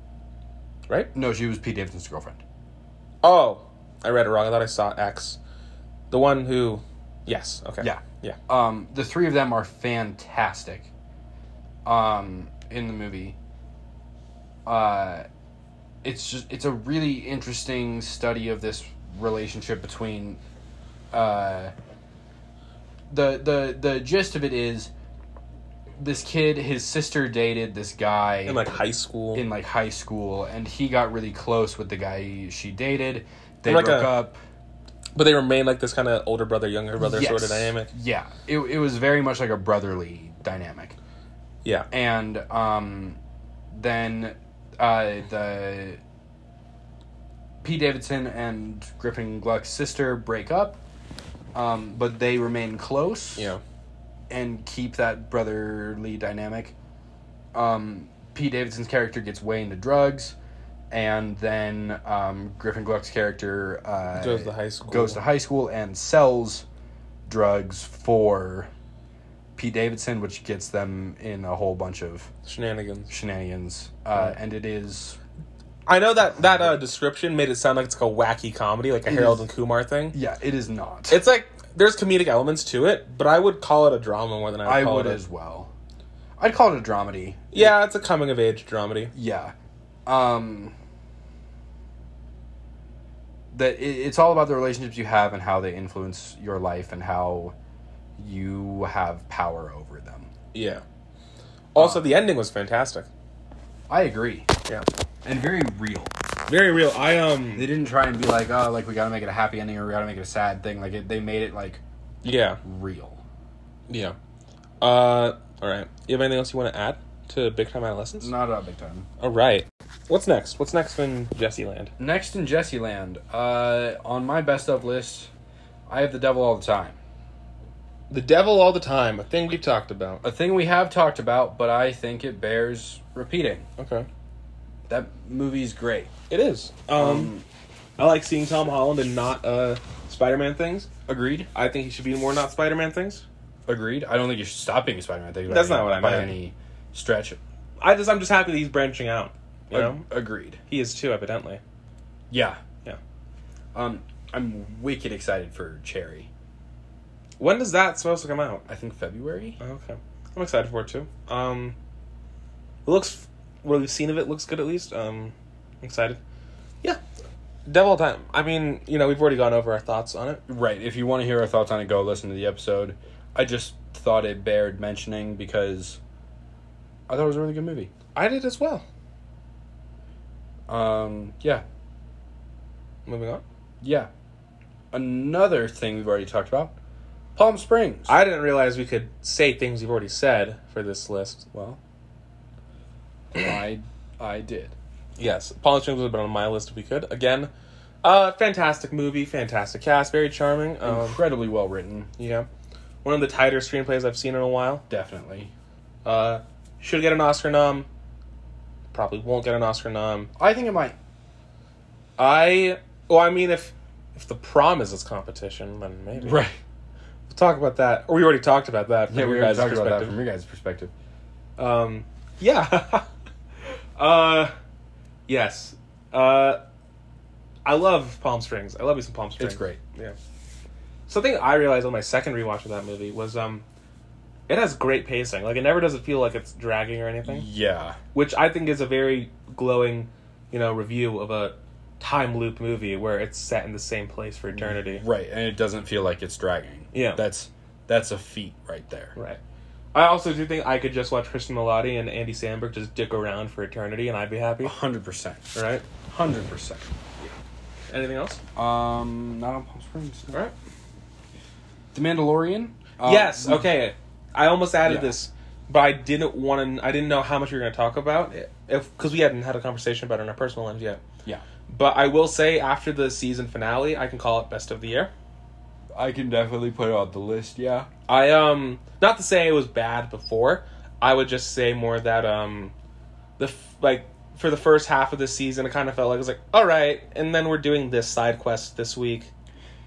Speaker 3: right?
Speaker 4: no, she was Pete Davidson's girlfriend.
Speaker 3: Oh, I read it wrong. I thought I saw X, the one who. Yes. Okay.
Speaker 4: Yeah.
Speaker 3: Yeah.
Speaker 4: Um, the three of them are fantastic um, in the movie. Uh, it's just it's a really interesting study of this relationship between uh, the the the gist of it is this kid his sister dated this guy
Speaker 3: In like high school.
Speaker 4: in like high school, and he got really close with the guy she dated. They
Speaker 3: They're like
Speaker 4: broke
Speaker 3: a
Speaker 4: up.
Speaker 3: but they remain like this kind of older brother, younger brother
Speaker 4: Yes.
Speaker 3: sort of dynamic.
Speaker 4: Yeah, it it was very much like a brotherly dynamic,
Speaker 3: Yeah.
Speaker 4: and um, then uh, the Pete Davidson and Griffin Gluck's sister break up, um, but they remain close.
Speaker 3: You know.
Speaker 4: and keep that brotherly dynamic. Um, Pete Davidson's character gets way into drugs, and then um, Griffin Gluck's character uh,
Speaker 3: Goes to high school.
Speaker 4: goes to high school and sells drugs for Pete Davidson, which gets them in a whole bunch of
Speaker 3: Shenanigans.
Speaker 4: shenanigans. Uh, and it is
Speaker 3: I know that that uh, description made it sound like it's like a wacky comedy, like a Harold and Kumar thing.
Speaker 4: yeah, it is not.
Speaker 3: It's like there's comedic elements to it, but I would call it a drama more than I would
Speaker 4: I
Speaker 3: call
Speaker 4: would
Speaker 3: it. a-
Speaker 4: as well. I'd call it a dramedy.
Speaker 3: Yeah, it's a coming of age dramedy.
Speaker 4: Yeah. Um that it, it's all about the relationships you have and how they influence your life and how you have power over them.
Speaker 3: Yeah.
Speaker 4: Uh,
Speaker 3: Also, the ending was fantastic.
Speaker 4: I agree.
Speaker 3: Yeah.
Speaker 4: And very real.
Speaker 3: Very real. I um.
Speaker 4: They didn't try and be like, "Oh, like we got to make it a happy ending or we got to make it a sad thing." Like it, they made it like
Speaker 3: Yeah.
Speaker 4: real.
Speaker 3: Yeah. Uh. All right. You have anything else you want to add to Big Time Adolescence?
Speaker 4: Not a big time.
Speaker 3: All right. What's next? What's next in Jesse Land?
Speaker 4: Next in Jesse Land, uh on my best of list, I have The Devil All the Time.
Speaker 3: The Devil All the Time, a thing we talked about.
Speaker 4: A thing we have talked about, but I think it bears repeating.
Speaker 3: Okay.
Speaker 4: That movie's great.
Speaker 3: It is. Um, I like seeing Tom Holland and not uh Spider-Man things.
Speaker 4: Agreed.
Speaker 3: I think he should be more not Spider-Man things.
Speaker 4: Agreed. I don't think you should stop being a Spider-Man. Thing
Speaker 3: That's not what I
Speaker 4: by
Speaker 3: meant.
Speaker 4: any stretch.
Speaker 3: I just I'm just happy that he's branching out. You know,
Speaker 4: Ag- agreed.
Speaker 3: he is too, evidently.
Speaker 4: Yeah.
Speaker 3: Yeah.
Speaker 4: Um, I'm wicked excited for Cherry.
Speaker 3: When does that supposed to come out?
Speaker 4: I think February.
Speaker 3: Okay. I'm excited for it too. Um It looks what we've seen of it looks good at least. Um, I'm excited. Yeah, Devil Time. I mean, you know, we've already gone over our thoughts on it.
Speaker 4: Right. If you want to hear our thoughts on it, go listen to the episode. I just thought it bared mentioning because I thought it was a really good movie.
Speaker 3: I did as well.
Speaker 4: Um, yeah,
Speaker 3: Moving on.
Speaker 4: yeah. Another thing we've already talked about, Palm Springs.
Speaker 3: I didn't realize we could say things you've already said for this list.
Speaker 4: well, I I did.
Speaker 3: Yes, Palm Springs would have been on my list if we could. Again, uh, fantastic movie, fantastic cast, very charming. Um,
Speaker 4: Incredibly well written,
Speaker 3: yeah, one of the tighter screenplays I've seen in a while.
Speaker 4: definitely.
Speaker 3: Uh, should get an Oscar nom. Probably won't get an Oscar nom.
Speaker 4: I think it might.
Speaker 3: I well, I mean, if if the prom is its competition, then maybe
Speaker 4: Right.
Speaker 3: We'll talk about that. Or we already talked about that. from
Speaker 4: Yeah, we
Speaker 3: your
Speaker 4: already
Speaker 3: guys'
Speaker 4: talked about that
Speaker 3: perspective.
Speaker 4: from your guys' perspective.
Speaker 3: Um, yeah. uh, yes. Uh, I love Palm Springs. I love me some Palm Springs.
Speaker 4: It's great.
Speaker 3: Yeah. Something I realized on my second rewatch of that movie was um, it has great pacing. Like it never doesn't feel like it's dragging or anything,
Speaker 4: Yeah.
Speaker 3: which I think is a very glowing, you know, review of a time loop movie where it's set in the same place for eternity.
Speaker 4: Right, and it doesn't feel like it's dragging.
Speaker 3: Yeah.
Speaker 4: That's that's a feat right there.
Speaker 3: Right. I also do think I could just watch Kristen Milotti and Andy Samberg just dick around for eternity, and I'd be happy.
Speaker 4: Hundred percent.
Speaker 3: Right.
Speaker 4: Hundred percent.
Speaker 3: Anything else?
Speaker 4: Um, not on Palm Springs.
Speaker 3: All right.
Speaker 4: The Mandalorian. Uh,
Speaker 3: yes.
Speaker 4: we-
Speaker 3: Okay. I almost added
Speaker 4: Yeah.
Speaker 3: this, but I didn't want to. I didn't know how much we were going to talk about it, if because we hadn't had a conversation about it in our personal lives yet.
Speaker 4: Yeah,
Speaker 3: But I will say, after the season finale, I can call it best of the year.
Speaker 4: I can definitely put it on the list. Yeah.
Speaker 3: I um, not to say it was bad before. I would just say more that um, the f- like for the first half of the season, it kind of felt like it was like all right, and then we're doing this side quest this week.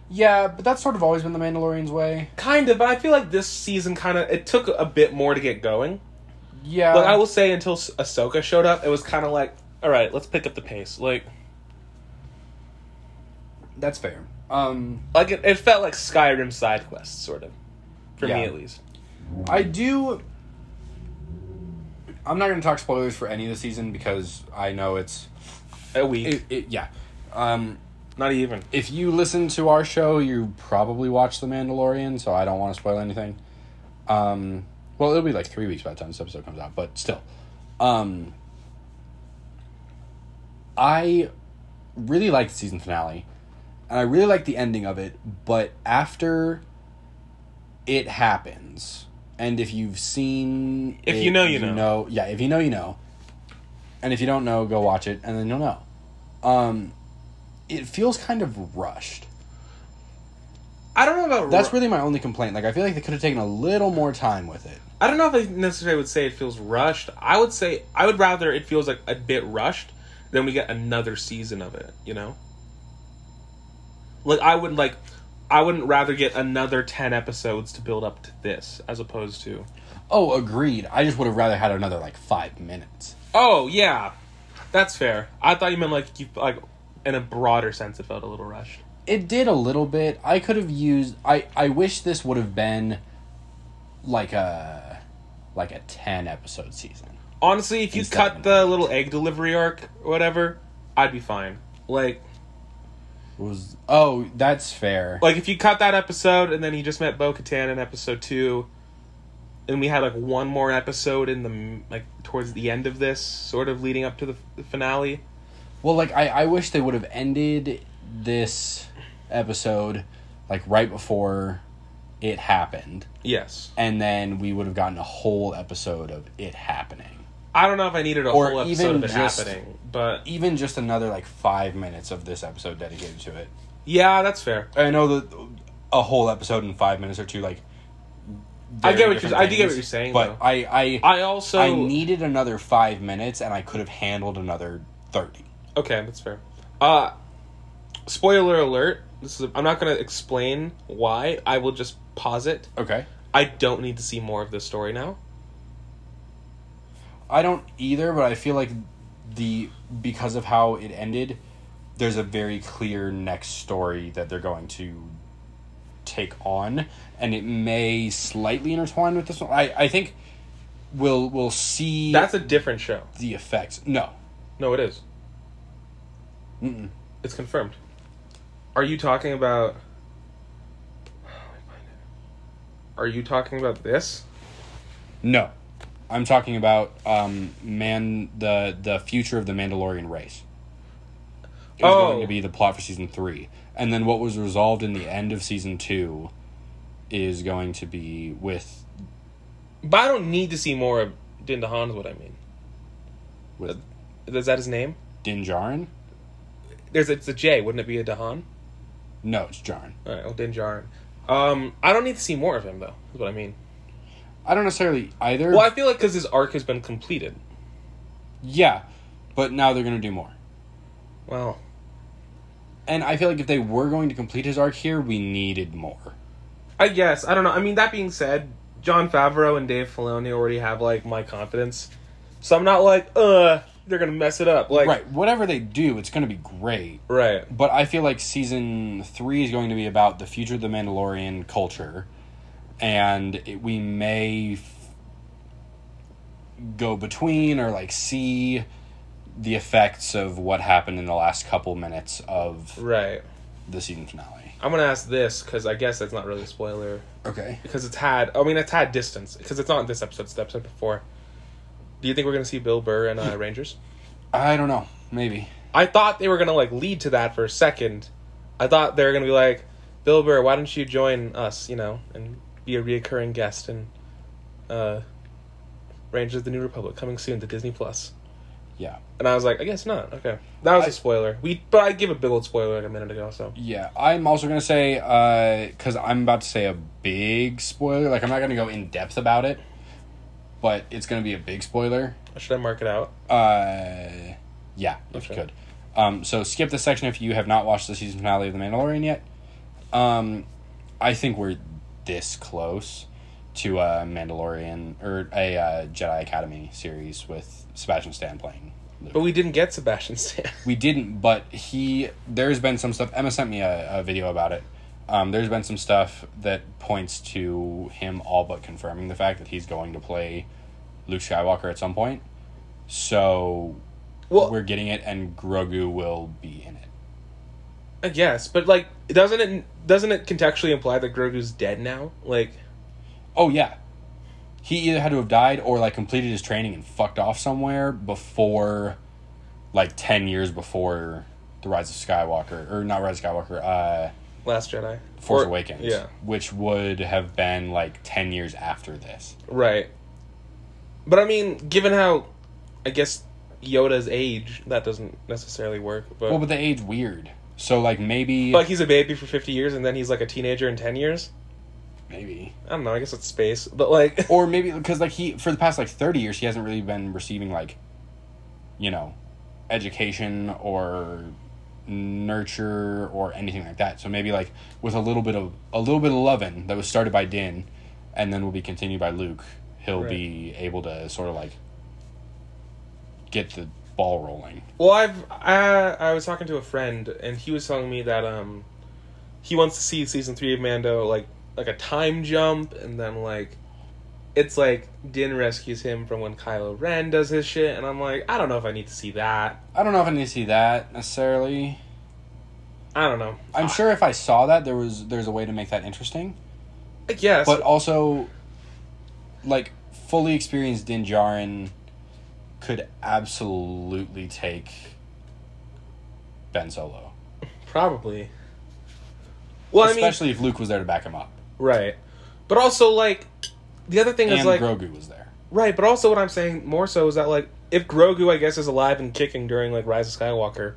Speaker 4: Yeah, but that's sort of always been the Mandalorian's way.
Speaker 3: Kind of, but I feel like this season kind of it took a bit more to get going.
Speaker 4: Yeah.
Speaker 3: Like I will say, until S- Ahsoka showed up, it was kind of like, all right, let's pick up the pace. Like,
Speaker 4: That's fair. Um,
Speaker 3: like it, it felt like Skyrim side quests, sort of, for
Speaker 4: Yeah.
Speaker 3: me at least.
Speaker 4: I do. I'm not going to talk spoilers for any of the season because I know it's.
Speaker 3: A week,
Speaker 4: It, it, yeah. Um,
Speaker 3: not even.
Speaker 4: if you listen to our show, you probably watched The Mandalorian, so I don't want to spoil anything. Um, well, it'll be like three weeks by the time this episode comes out, but still. Um, I really liked the season finale, and I really liked the ending of it, but after it happens, and if you've seen.
Speaker 3: If
Speaker 4: it,
Speaker 3: you know, you know.
Speaker 4: Yeah, if you know, you know. And if you don't know, go watch it, and then you'll know. Um, it feels kind of rushed.
Speaker 3: I don't know about
Speaker 4: That's
Speaker 3: ru-
Speaker 4: really my only complaint. Like I feel like they could have taken a little more time with it.
Speaker 3: I don't know if I necessarily would say it feels rushed. I would say I would rather it feels like a bit rushed than we get another season of it. You know, like I would like. I wouldn't rather get another 10 episodes to build up to this as opposed to
Speaker 4: Oh, agreed. I just would have rather had another like five minutes.
Speaker 3: Oh yeah, that's fair. I thought you meant like you like in a broader sense. It felt a little rushed.
Speaker 4: It did a little bit. I could have used. I I wish this would have been like a like a ten episode season.
Speaker 3: Honestly, if you
Speaker 4: Instead of
Speaker 3: cut
Speaker 4: an
Speaker 3: the
Speaker 4: arc.
Speaker 3: little egg delivery arc or whatever, I'd be fine. Like
Speaker 4: It was oh that's fair.
Speaker 3: like if you cut that episode and then he just met Bo Katan in episode two, and we had like one more episode in the m- like towards the end of this, sort of leading up to the, f- the finale.
Speaker 4: Well, like I I wish they would have ended this episode like right before it happened,
Speaker 3: Yes,
Speaker 4: and then we would have gotten a whole episode of it happening.
Speaker 3: I don't know if I needed a
Speaker 4: Or
Speaker 3: whole episode
Speaker 4: even
Speaker 3: of it
Speaker 4: just-
Speaker 3: happening, but
Speaker 4: even just another like five minutes of this episode dedicated to it.
Speaker 3: yeah, that's fair.
Speaker 4: I know that a whole episode in five minutes or two, like
Speaker 3: I get
Speaker 4: very
Speaker 3: what
Speaker 4: different
Speaker 3: you- I do get what
Speaker 4: things,
Speaker 3: you're saying, though.
Speaker 4: but I I I,
Speaker 3: I also
Speaker 4: needed another five minutes, and I could have handled another thirty.
Speaker 3: Okay, that's fair. Uh spoiler alert. This is I'm not going to explain why. I will just posit.
Speaker 4: Okay,
Speaker 3: I don't need to see more of this story now.
Speaker 4: I don't either, but I feel like the because of how it ended, there's a very clear next story that they're going to take on, and it may slightly intertwine with this one. I I think we'll we'll see
Speaker 3: That's a different show.
Speaker 4: the effects. No,
Speaker 3: No, it is.
Speaker 4: Mm-mm.
Speaker 3: It's confirmed. Are you talking about? Are you talking about this?
Speaker 4: no, I'm talking about um man the the future of the Mandalorian race. It was
Speaker 3: Oh.
Speaker 4: going to be the plot for season three, and then what was resolved in the end of season two is going to be with
Speaker 3: But I don't need to see more of Din DeHaan. Is what I mean.
Speaker 4: with
Speaker 3: Is that his name?
Speaker 4: Din Djarin.
Speaker 3: There's it's a J. Wouldn't it be a DeHaan?
Speaker 4: No, it's Djarin.
Speaker 3: All right, well, Din Djarin. Um, I don't need to see more of him though. Is what I mean.
Speaker 4: I don't necessarily either.
Speaker 3: Well, I feel like because his arc has been completed.
Speaker 4: Yeah, but now they're going to do more.
Speaker 3: Well,
Speaker 4: And I feel like if they were going to complete his arc here, we needed more.
Speaker 3: I guess I don't know. I mean, that being said, John Favreau and Dave Filoni already have like my confidence, so I'm not like, uh, they're gonna mess it up. Like,
Speaker 4: Right, whatever they do, it's going to be great.
Speaker 3: right.
Speaker 4: But I feel like season three is going to be about the future of the Mandalorian culture, and it, we may f- go between or like see the effects of what happened in the last couple minutes of
Speaker 3: Right.
Speaker 4: the season finale.
Speaker 3: I'm gonna ask this because I guess that's not really a spoiler
Speaker 4: Okay.
Speaker 3: because it's had. I mean, it's had distance because it's not in this episode. It's the episode before. Do you think we're gonna see Bill Burr and uh, Rangers?
Speaker 4: I don't know. Maybe.
Speaker 3: I thought they were gonna like lead to that for a second. I thought they were gonna be like, Bill Burr, why don't you join us? You know, and be a reoccurring guest in uh, Rangers: of The New Republic coming soon to Disney Plus.
Speaker 4: Yeah.
Speaker 3: And I was like, I guess not. Okay, that was a
Speaker 4: I-
Speaker 3: spoiler. We, but I gave a Bill a spoiler like a minute ago. So
Speaker 4: Yeah, I'm also gonna say because I'm about to say a big spoiler. Like I'm not gonna go in depth about it, but it's gonna be a big spoiler.
Speaker 3: should I mark it out?
Speaker 4: Uh, yeah, if
Speaker 3: Okay.
Speaker 4: you could. Um, so skip this section if you have not watched the season finale of The Mandalorian yet. Um, I think we're this close to a Mandalorian or a uh, Jedi Academy series with Sebastian Stan playing. Luke.
Speaker 3: But we didn't get Sebastian Stan.
Speaker 4: We didn't, but he. There's been some stuff. Emma sent me a, a video about it. Um, there's been some stuff that points to him all but confirming the fact that he's going to play Luke Skywalker at some point. So
Speaker 3: well,
Speaker 4: we're getting it, and Grogu will be in it.
Speaker 3: I guess, but like, doesn't it doesn't it contextually imply that Grogu's dead now? Like,
Speaker 4: Oh yeah, he either had to have died or like completed his training and fucked off somewhere before, like ten years before the Rise of Skywalker or not Rise of Skywalker. Uh,
Speaker 3: Last Jedi,
Speaker 4: Force
Speaker 3: Or-
Speaker 4: Awakens,
Speaker 3: Yeah,
Speaker 4: which would have been like 10 years after this.
Speaker 3: right. But I mean, given how, I guess Yoda's age, that doesn't necessarily work. But,
Speaker 4: Well, but they age weird. So like maybe
Speaker 3: like, he's a baby for fifty years, and then he's like a teenager in ten years.
Speaker 4: maybe
Speaker 3: I don't know. I guess it's space, but like,
Speaker 4: or maybe cuz like he for the past like 30 years he hasn't really been receiving like you know, education or nurture or anything like that. So maybe like with a little bit of a little bit of loving that was started by Din and then will be continued by Luke, he'll
Speaker 3: Right.
Speaker 4: be able to sort of like get the ball rolling.
Speaker 3: well, I've I, I was talking to a friend, and he was telling me that um, he wants to see season three of Mando like like a time jump, and then like. It's like Din rescues him from when Kylo Ren does his shit, and I'm like, I don't know if I need to see that.
Speaker 4: I don't know if I need to see that necessarily.
Speaker 3: I don't know.
Speaker 4: I'm sure if I saw that, there was there's a way to make that interesting,
Speaker 3: I guess.
Speaker 4: but also, like fully experienced Din Djarin could absolutely take Ben Solo,
Speaker 3: Probably. Well,
Speaker 4: especially if Luke was there to back him
Speaker 3: I
Speaker 4: up
Speaker 3: mean, right. But also, like, the other thing
Speaker 4: and
Speaker 3: is, like,
Speaker 4: Grogu was there.
Speaker 3: right, but also what I'm saying more so is that, like, if Grogu, I guess, is alive and kicking during, like, Rise of Skywalker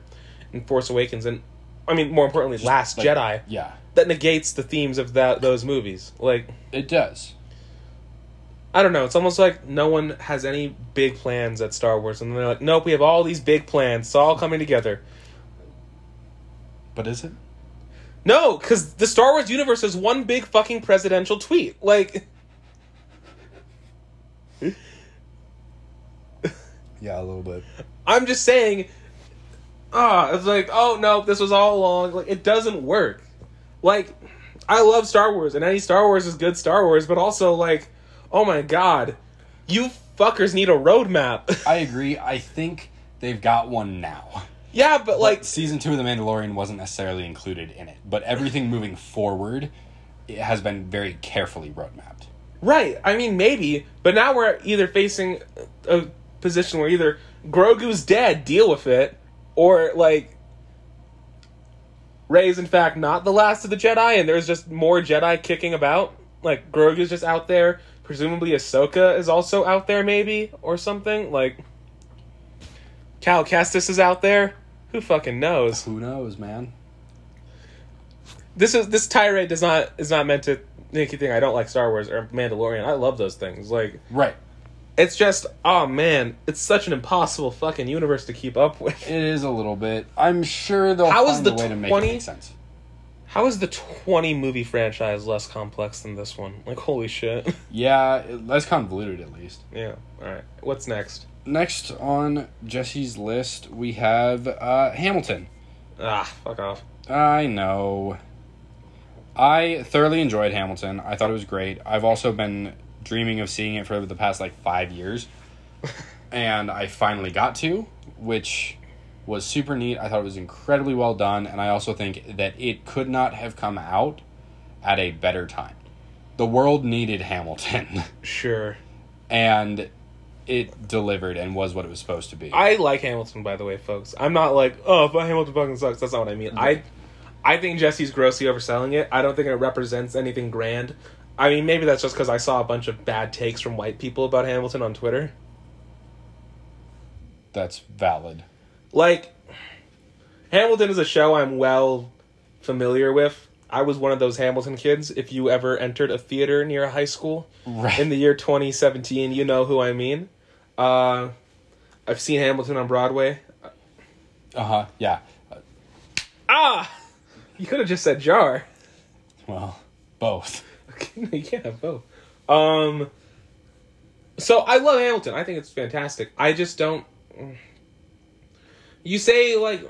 Speaker 3: and Force Awakens, and, I mean, more importantly, Last
Speaker 4: Like,
Speaker 3: Jedi,
Speaker 4: Yeah,
Speaker 3: that negates the themes of that those movies. Like,
Speaker 4: it does.
Speaker 3: I don't know. It's almost like no one has any big plans at Star Wars, and they're like, nope, we have all these big plans. It's all coming together.
Speaker 4: But is it?
Speaker 3: No, because the Star Wars universe is one big fucking presidential tweet. Like,
Speaker 4: Yeah, a little bit.
Speaker 3: I'm just saying. Ah, it's like, oh no, this was all along. Like, it doesn't work. Like, I love Star Wars, and any Star Wars is good Star Wars, but also like, oh my god, you fuckers need a roadmap.
Speaker 4: I agree. I think they've got one now.
Speaker 3: yeah, but like,
Speaker 4: Like season two of The Mandalorian wasn't necessarily included in it, but everything moving forward it has been very carefully roadmapped.
Speaker 3: right? I mean, maybe, but now we're either facing a position where either Grogu's dead, deal with it, or like. Rey is in fact not the last of the Jedi, and there's just more Jedi kicking about. Like Grogu's just out there. Presumably, Ahsoka is also out there, maybe or something. Like Cal Kestis is out there. Who fucking knows?
Speaker 4: Who knows, man?
Speaker 3: this is this tirade does not is not meant to make you think I don't like Star Wars or Mandalorian. I love those things. Like
Speaker 4: Right.
Speaker 3: it's just oh man, it's such an impossible fucking universe to keep up with.
Speaker 4: It is a little bit. I'm sure they'll
Speaker 3: How is
Speaker 4: find
Speaker 3: the
Speaker 4: a way to make it
Speaker 3: 20?
Speaker 4: make sense.
Speaker 3: How is the twenty movie franchise less complex than this one? Like holy shit.
Speaker 4: Yeah, it, less convoluted at least.
Speaker 3: yeah. All right. What's next?
Speaker 4: Next on Jesse's list, we have uh, Hamilton.
Speaker 3: Ah, fuck off.
Speaker 4: I know. I thoroughly enjoyed Hamilton. I thought it was great. I've also been dreaming of seeing it for the past like five years. and I finally got to, which was super neat. I thought it was incredibly well done. And I also think that it could not have come out at a better time. The world needed Hamilton.
Speaker 3: Sure.
Speaker 4: and it delivered and was what it was supposed to be.
Speaker 3: I like Hamilton, by the way, folks. I'm not like, oh, but Hamilton fucking sucks. That's not what I mean. I, I think Jesse's grossly overselling it. I don't think it represents anything grand. I mean, maybe that's just because I saw a bunch of bad takes from white people about Hamilton on Twitter.
Speaker 4: That's valid.
Speaker 3: Like, Hamilton is a show I'm well familiar with. I was one of those Hamilton kids. If you ever entered a theater near a high school
Speaker 4: Right.
Speaker 3: in the year 2017, you know who I mean. Uh, I've seen Hamilton on Broadway.
Speaker 4: Uh huh. Yeah.
Speaker 3: Ah! You could have just said jar.
Speaker 4: Well, both.
Speaker 3: yeah, both. Um, so I love Hamilton. I think it's fantastic. I just don't. You say like,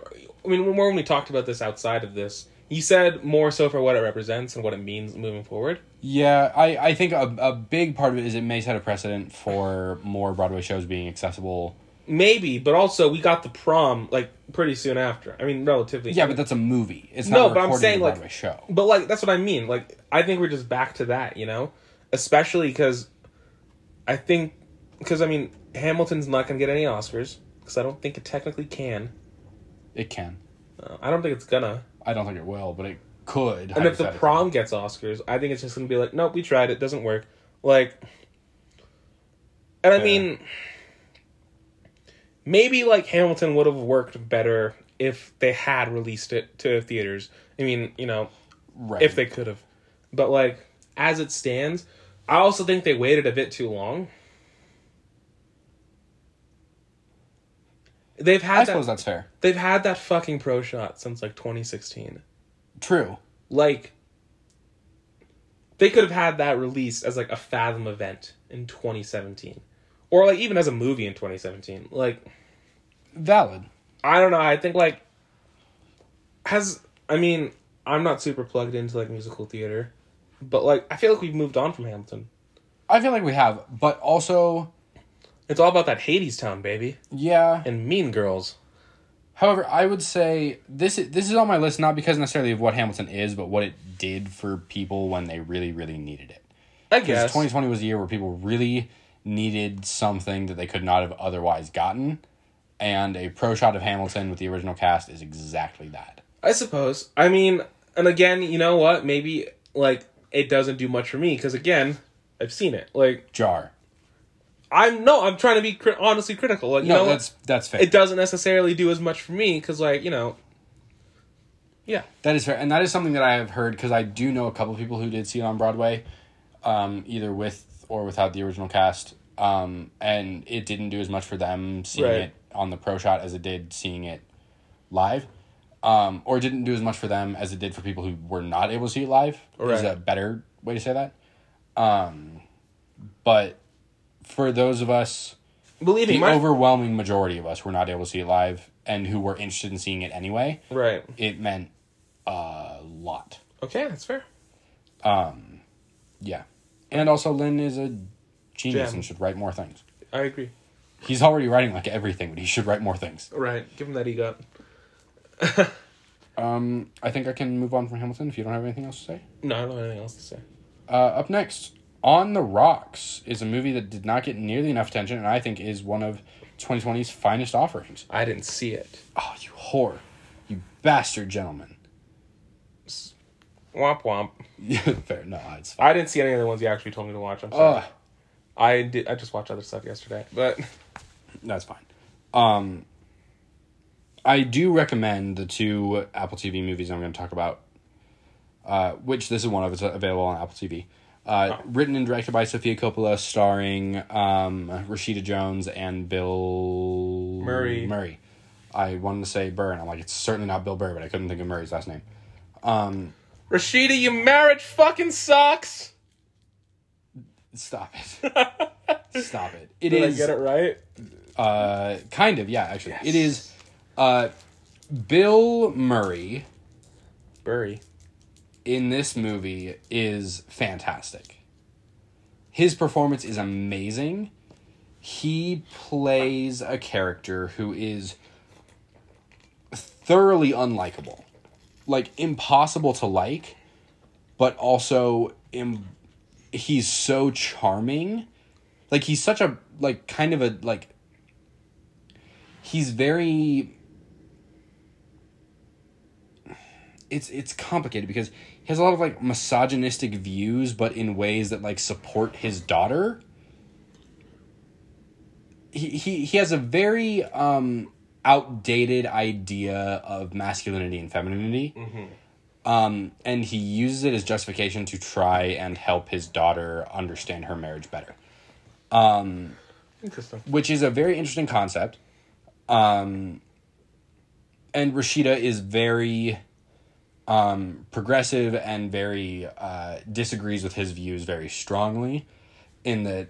Speaker 3: I mean, more when we talked about this outside of this, you said more so for what it represents and what it means moving forward.
Speaker 4: Yeah, I, I think a, a big part of it is it may set a precedent for more Broadway shows being accessible.
Speaker 3: Maybe, but also we got the prom like pretty soon after. I mean, relatively.
Speaker 4: Yeah, but that's a movie. It's
Speaker 3: No,
Speaker 4: not
Speaker 3: but
Speaker 4: a
Speaker 3: I'm
Speaker 4: recording
Speaker 3: saying,
Speaker 4: of a
Speaker 3: like-
Speaker 4: Broadway show.
Speaker 3: But like that's what I mean. Like I think we're just back to that, you know, especially because I think because I mean Hamilton's not going to get any Oscars because I don't think it technically can.
Speaker 4: It can.
Speaker 3: Uh, I don't think it's gonna.
Speaker 4: I don't think it will, but it
Speaker 3: And
Speaker 4: could.
Speaker 3: if the
Speaker 4: hypothetically.
Speaker 3: prom gets Oscars, I think it's just gonna be like, nope, we tried it, doesn't work. Like, and I
Speaker 4: Yeah.
Speaker 3: mean, maybe like Hamilton would have worked better if they had released it to theaters. I mean, you know,
Speaker 4: right.
Speaker 3: if they could have, but like as it stands, I also think they waited a bit too long. They've
Speaker 4: I
Speaker 3: had
Speaker 4: suppose
Speaker 3: that,
Speaker 4: that's fair.
Speaker 3: they've had that fucking pro shot since like 2016
Speaker 4: True.
Speaker 3: like they could have had that released as like a fathom event in 2017 or like even as a movie in 2017 like
Speaker 4: Valid.
Speaker 3: i don't know i think like has i mean i'm not super plugged into like musical theater but like i feel like we've moved on from hamilton
Speaker 4: I feel like we have, but also,
Speaker 3: it's all about that hades town baby
Speaker 4: yeah.
Speaker 3: and mean girls
Speaker 4: However, I would say this is, this is on my list not because necessarily of what Hamilton is, but what it did for people when they really, really needed it.
Speaker 3: i
Speaker 4: Because
Speaker 3: guess
Speaker 4: 2020 was a year where people really needed something that they could not have otherwise gotten. And a pro shot of Hamilton with the original cast is exactly that.
Speaker 3: I suppose. I mean, and again, you know what? Maybe like it doesn't do much for me because again, I've seen it. Like
Speaker 4: Jar.
Speaker 3: I'm no, I'm trying to be cri- honestly critical. Like you
Speaker 4: No,
Speaker 3: know, what?
Speaker 4: that's that's fair.
Speaker 3: it doesn't necessarily do as much for me because like you know, yeah,
Speaker 4: that is fair, and that is something that I have heard because I do know a couple people who did see it on Broadway, um, either with or without the original cast, um, and it didn't do as much for them seeing
Speaker 3: Right.
Speaker 4: it on the pro shot as it did seeing it live, um, or it didn't do as much for them as it did for people who were not able to see it live.
Speaker 3: Right.
Speaker 4: Is a better way to say that? Um, but for those of us
Speaker 3: believe me,
Speaker 4: the
Speaker 3: my
Speaker 4: overwhelming majority of us were not able to see it live and who were interested in seeing it anyway,
Speaker 3: right.
Speaker 4: it meant a lot.
Speaker 3: Okay, that's fair.
Speaker 4: Yeah. And also Lynn is a genius
Speaker 3: Gem.
Speaker 4: and should write more things.
Speaker 3: I agree.
Speaker 4: He's already writing like everything, but he should write more things.
Speaker 3: Right. Give him that he got.
Speaker 4: Um, I think I can move on from Hamilton if you don't have anything else to say.
Speaker 3: No, I don't have anything else to say.
Speaker 4: Uh, up next, On the Rocks is a movie that did not get nearly enough attention, and I think is one of 2020's finest offerings.
Speaker 3: I didn't see it.
Speaker 4: Oh, you whore, you bastard gentleman.
Speaker 3: Womp womp.
Speaker 4: Fair, no, it's fine.
Speaker 3: I didn't see any of the ones you actually told me to watch. I'm sorry.
Speaker 4: Ugh.
Speaker 3: I did. I just watched other stuff yesterday, but
Speaker 4: That's fine. Um, I do recommend the two Apple TV movies I'm going to talk about, uh, which this is one of. It's available on Apple TV. Uh,
Speaker 3: Oh.
Speaker 4: Written and directed by Sofia Coppola, starring um, Rashida Jones and Bill
Speaker 3: Murray.
Speaker 4: Murray. I wanted to say Burr, and I'm like, it's certainly not Bill Burr, but I couldn't think of Murray's last name.
Speaker 3: Rashida, your marriage fucking sucks.
Speaker 4: Stop it. Stop it. It is.
Speaker 3: Did I get it right?
Speaker 4: Uh, kind of, yeah. Actually, it is. Uh, Bill Murray.
Speaker 3: Burry.
Speaker 4: in this movie is fantastic. His performance is amazing. He plays a character who is thoroughly unlikable, like impossible to like, but also Im- he's so charming. Like he's such a like kind of a like he's very it's it's complicated because he has a lot of like misogynistic views, but in ways that like support his daughter. He he he has a very um outdated idea of masculinity and femininity. Um, and he uses it as justification to try and help his daughter understand her marriage better
Speaker 3: Interesting.
Speaker 4: which is a very interesting concept. Um, and Rashida is very um, progressive and very uh, disagrees with his views very strongly, in that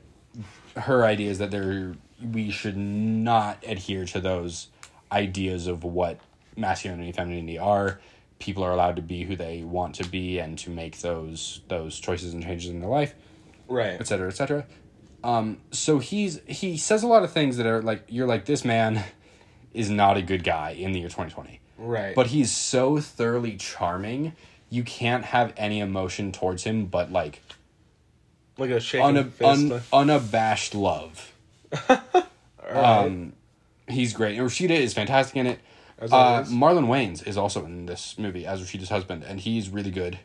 Speaker 4: her idea is that there we should not adhere to those ideas of what masculinity and femininity are. People are allowed to be who they want to be and to make those those choices and changes in their life
Speaker 3: Right.
Speaker 4: et cetera, et cetera. Um, so he's he says a lot of things that are like you're like this man is not a good guy in the year 2020,
Speaker 3: right.
Speaker 4: but he's so thoroughly charming. You can't have any emotion towards him but like
Speaker 3: like a shaking
Speaker 4: una-
Speaker 3: fist.
Speaker 4: un-
Speaker 3: like-
Speaker 4: unabashed love. Um,
Speaker 3: Alright.
Speaker 4: He's great, and Rashida is fantastic in it.
Speaker 3: As
Speaker 4: Uh,
Speaker 3: always.
Speaker 4: Marlon Wayans is also in this movie as Rashida's husband, and he's really good.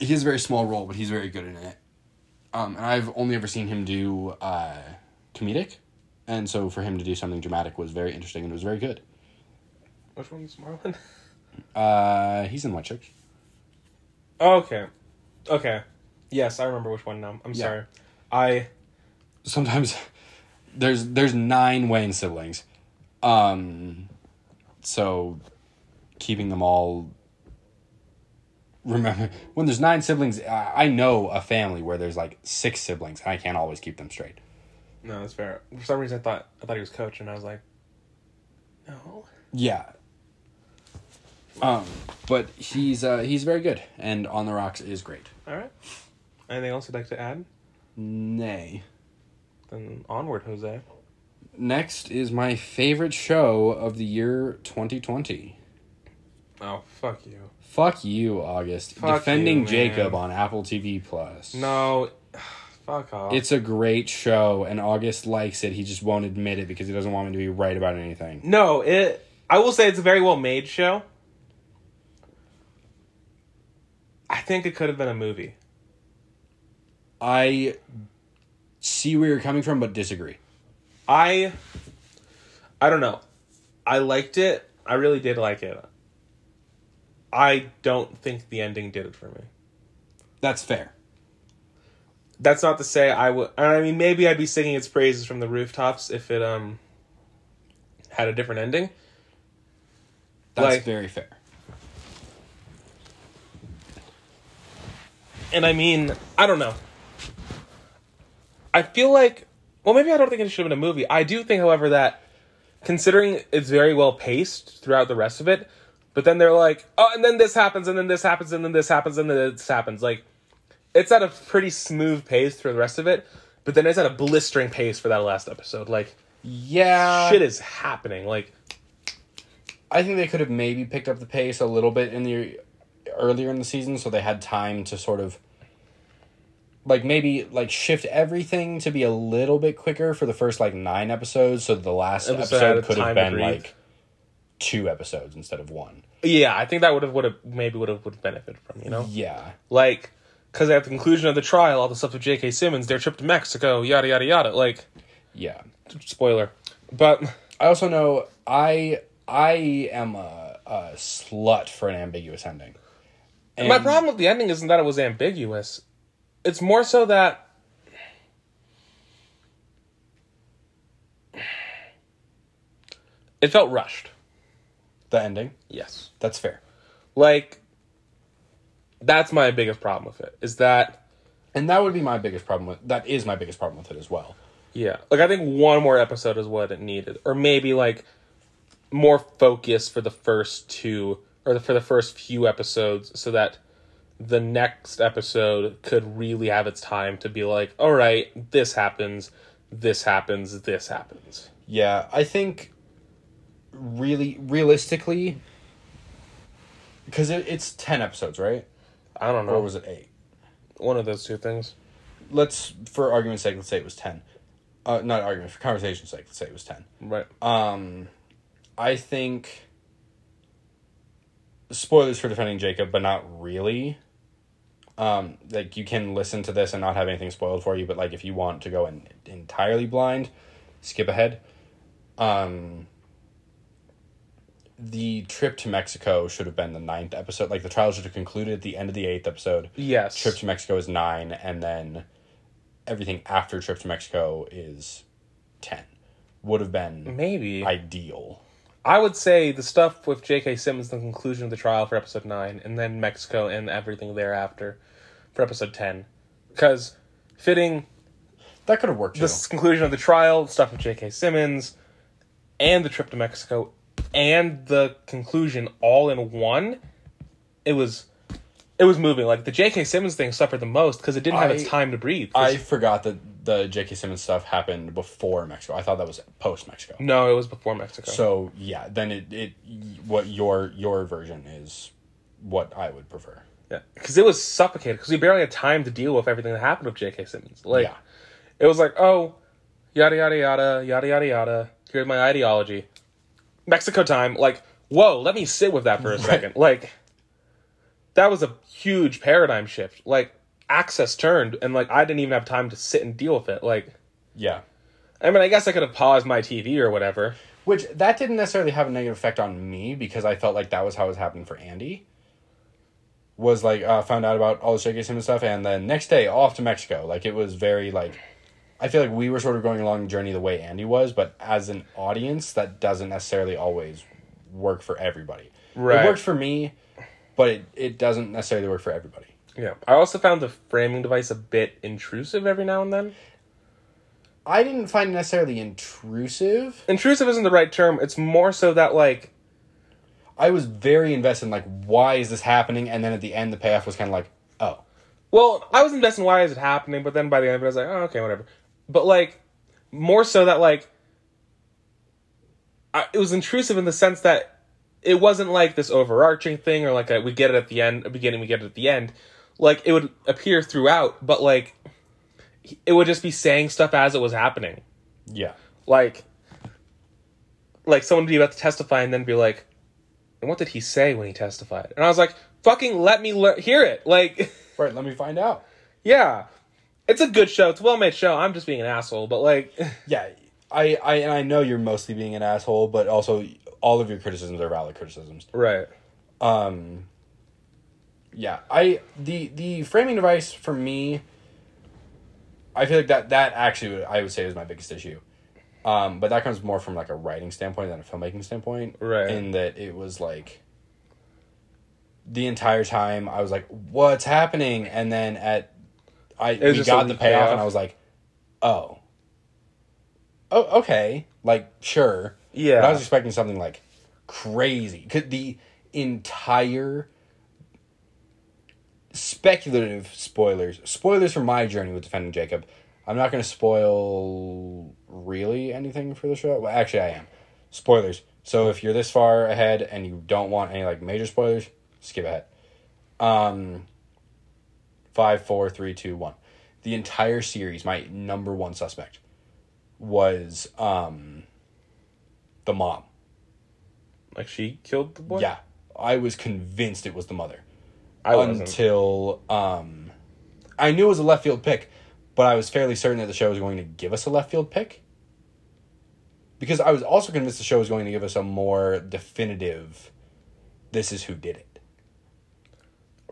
Speaker 4: He has a very small role, but he's very good in it. Um, and I've only ever seen him do uh, comedic, and so for him to do something dramatic was very interesting and it was very good.
Speaker 3: Which one's Marlon?
Speaker 4: Uh, he's in White Church.
Speaker 3: Okay. Okay. Yes, I remember which one now. I'm
Speaker 4: Yeah.
Speaker 3: sorry. I
Speaker 4: Sometimes there's there's nine Wayne siblings, um, so keeping them all. Remember when there's nine siblings, I, I know a family where there's like six siblings, and I can't always keep them straight.
Speaker 3: no, that's fair. For some reason, I thought I thought he was coach, and I was like, no.
Speaker 4: Yeah. Um, but he's uh he's very good, and On the Rocks is great.
Speaker 3: All right. Anything else you'd like to add?
Speaker 4: Nay.
Speaker 3: Then onward, Jose.
Speaker 4: Next is my favorite show of the year 2020.
Speaker 3: Oh fuck you.
Speaker 4: Fuck you, August.
Speaker 3: Fuck
Speaker 4: Defending
Speaker 3: you, man.
Speaker 4: Jacob on Apple TV Plus.
Speaker 3: No. Fuck off.
Speaker 4: It's a great show and August likes it. He just won't admit it because he doesn't want me to be right about anything.
Speaker 3: no. It. I will say it's a very well made show. I think it could have been a movie.
Speaker 4: I see where you're coming from but disagree.
Speaker 3: I I don't know. I liked it. I really did like it. I don't think the ending did it for me.
Speaker 4: That's fair.
Speaker 3: That's not to say I would I mean maybe I'd be singing its praises from the rooftops if it um had a different ending.
Speaker 4: That's
Speaker 3: Like-
Speaker 4: very fair.
Speaker 3: And I mean, I don't know. I feel like well maybe I don't think it should have been a movie. I do think however that considering it's very well paced throughout the rest of it, but then they're like, "Oh, and then this happens and then this happens and then this happens and then this happens." Like it's at a pretty smooth pace through the rest of it, but then it's at a blistering pace for that last episode. Like
Speaker 4: Yeah.
Speaker 3: shit is happening. Like
Speaker 4: I think they could have maybe picked up the pace a little bit in the earlier in the season, so they had time to sort of like maybe like shift everything to be a little bit quicker for the first like nine episodes, so the last
Speaker 3: Episode
Speaker 4: episode,
Speaker 3: had a
Speaker 4: could
Speaker 3: time
Speaker 4: have
Speaker 3: to
Speaker 4: been
Speaker 3: breathe.
Speaker 4: like two episodes instead of one.
Speaker 3: yeah, I think that would have would have maybe would have would have benefited from you know
Speaker 4: Yeah,
Speaker 3: like because at the conclusion of the trial, all the stuff with J.K. Simmons, their trip to Mexico, yada yada yada. Like
Speaker 4: yeah.
Speaker 3: spoiler, but
Speaker 4: I also know I I am a, a slut for an ambiguous ending. And
Speaker 3: my problem with the ending isn't that it was ambiguous. It's more so that it felt rushed.
Speaker 4: the ending.
Speaker 3: Yes.
Speaker 4: That's fair.
Speaker 3: Like that's my biggest problem with it. Is that
Speaker 4: And that would be my biggest problem with that is my biggest problem with it as well.
Speaker 3: yeah. Like I think one more episode is what it needed or maybe like more focus for the first two or for the first few episodes so that the next episode could really have its time to be like, all right, this happens, this happens, this happens.
Speaker 4: Yeah, I think really realistically because it, it's 10 episodes, right?
Speaker 3: I don't know.
Speaker 4: Or was it 8?
Speaker 3: one of those two things?
Speaker 4: Let's for argument's sake, let's say it was 10. Uh not argument, for conversation's sake, let's say it was 10.
Speaker 3: Right.
Speaker 4: Um I think spoilers for defending Jacob, but not really. Um like you can listen to this and not have anything spoiled for you, but like if you want to go in entirely blind, skip ahead. Um the trip to Mexico should have been the ninth episode. Like the trial should have concluded at the end of the eighth episode.
Speaker 3: yes.
Speaker 4: Trip to Mexico is nine, and then everything after Trip to Mexico is ten. Would have been
Speaker 3: Maybe. I,
Speaker 4: ideal.
Speaker 3: would say the stuff with J.K. Simmons, the conclusion of the trial for episode 9, and then Mexico and everything thereafter for episode 10. Because fitting
Speaker 4: That could have worked too.
Speaker 3: the s- conclusion of the trial, stuff with J.K. Simmons, and the trip to Mexico, and the conclusion all in one, it was. It was moving. Like the J.K. Simmons thing suffered the most because it didn't have its
Speaker 4: I-
Speaker 3: time to breathe. 'Cause-
Speaker 4: I forgot that the J.K. Simmons stuff happened before Mexico. I thought that was post Mexico.
Speaker 3: no, it was before Mexico.
Speaker 4: So yeah, then it it what your your version is what I would prefer.
Speaker 3: Yeah, because it was suffocated. Because we barely had time to deal with everything that happened with J.K. Simmons. Like,
Speaker 4: yeah,
Speaker 3: it was like, oh, yada yada yada yada yada yada. Here's my ideology. Mexico time. Like, whoa, let me sit with that for a second. Like, that was a huge paradigm shift. Like, access turned, and like I didn't even have time to sit and deal with it. Like,
Speaker 4: yeah.
Speaker 3: I mean, I guess I could have paused my TV or whatever.
Speaker 4: Which that didn't necessarily have a negative effect on me because I felt like that was how it was happening for Andy. Was like uh, found out about all the J.K. Simmons stuff, and then next day off to Mexico. Like it was very like, I feel like we were sort of going along the journey the way Andy was, but as an audience, that doesn't necessarily always work for everybody.
Speaker 3: Right.
Speaker 4: It worked for me, but it, it doesn't necessarily work for everybody.
Speaker 3: Yeah, I also found the framing device a bit intrusive every now and then.
Speaker 4: I didn't find it necessarily intrusive.
Speaker 3: Intrusive isn't the right term. It's more so that like
Speaker 4: I was very invested in like, why is this happening? And then at the end, the payoff was kind of like, oh.
Speaker 3: Well, I was invested in why is it happening, but then by the end of it, I was like, oh, okay, whatever. But like, more so that like, I, it was intrusive in the sense that it wasn't like this overarching thing or like a, we get it at the end, a beginning, we get it at the end. Like it would appear throughout, but like, it would just be saying stuff as it was happening
Speaker 4: Yeah.
Speaker 3: like like someone would be about to testify and then be like and what did he say when he testified and i was like fucking let me lear- hear it like
Speaker 4: Right, let me find out.
Speaker 3: yeah it's a good show it's a well-made show i'm just being an asshole but like
Speaker 4: Yeah, I, I and I know you're mostly being an asshole, but also all of your criticisms are valid criticisms.
Speaker 3: right
Speaker 4: Um, yeah, I the the framing device for me, I feel like that that actually would- I would say is my biggest issue. Um, but that comes more from like a writing standpoint than a filmmaking standpoint,
Speaker 3: Right.
Speaker 4: In that it was like the entire time I was like, "What's happening?" And then at I
Speaker 3: was
Speaker 4: we
Speaker 3: just
Speaker 4: got
Speaker 3: a
Speaker 4: the
Speaker 3: weak
Speaker 4: payoff,
Speaker 3: payoff.
Speaker 4: and I was like, "Oh, oh, okay, like sure."
Speaker 3: Yeah.
Speaker 4: But I was expecting something like crazy. Could the entire speculative spoilers. Spoilers for my journey with defending Jacob. I'm not going to spoil really anything for the show. Well, actually, I am. Spoilers. So if you're this far ahead and you don't want any like major spoilers, skip ahead. Um, five, four, three, two, one. The entire series, my number one suspect was um, the mom.
Speaker 3: Like she killed the boy.
Speaker 4: Yeah, I was convinced it was the mother
Speaker 3: I wasn't.
Speaker 4: until um, I knew it was a left field pick, but I was fairly certain that the show was going to give us a left field pick because I was also convinced the show was going to give us a more definitive. This is who did it.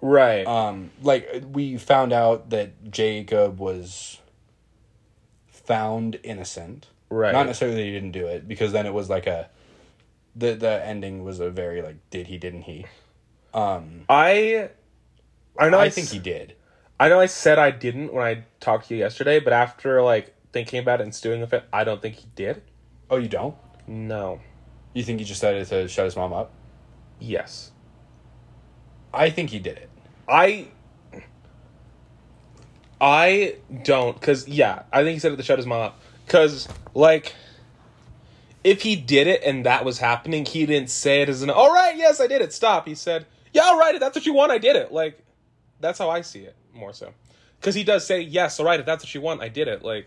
Speaker 3: right.
Speaker 4: Um, like we found out that Jacob was found innocent.
Speaker 3: Right.
Speaker 4: Not necessarily that he didn't do it, because then it was like a the the ending was a very like did he didn't he?
Speaker 3: I. I know. I,
Speaker 4: I
Speaker 3: s-
Speaker 4: think he did.
Speaker 3: I know. I said I didn't when I talked to you yesterday, but after like thinking about it and stewing with it, I don't think he did.
Speaker 4: Oh, you don't?
Speaker 3: No.
Speaker 4: You think he just decided to shut his mom up?
Speaker 3: Yes.
Speaker 4: I think he did it.
Speaker 3: I I don't because yeah, I think he said it to shut his mom up because like if he did it and that was happening, he didn't say it as an all right, yes, I did it. Stop. He said, yeah, all right, if that's what you want, I did it. Like that's how I see it more so because he does say yes, all right, if that's what you want, I did it. Like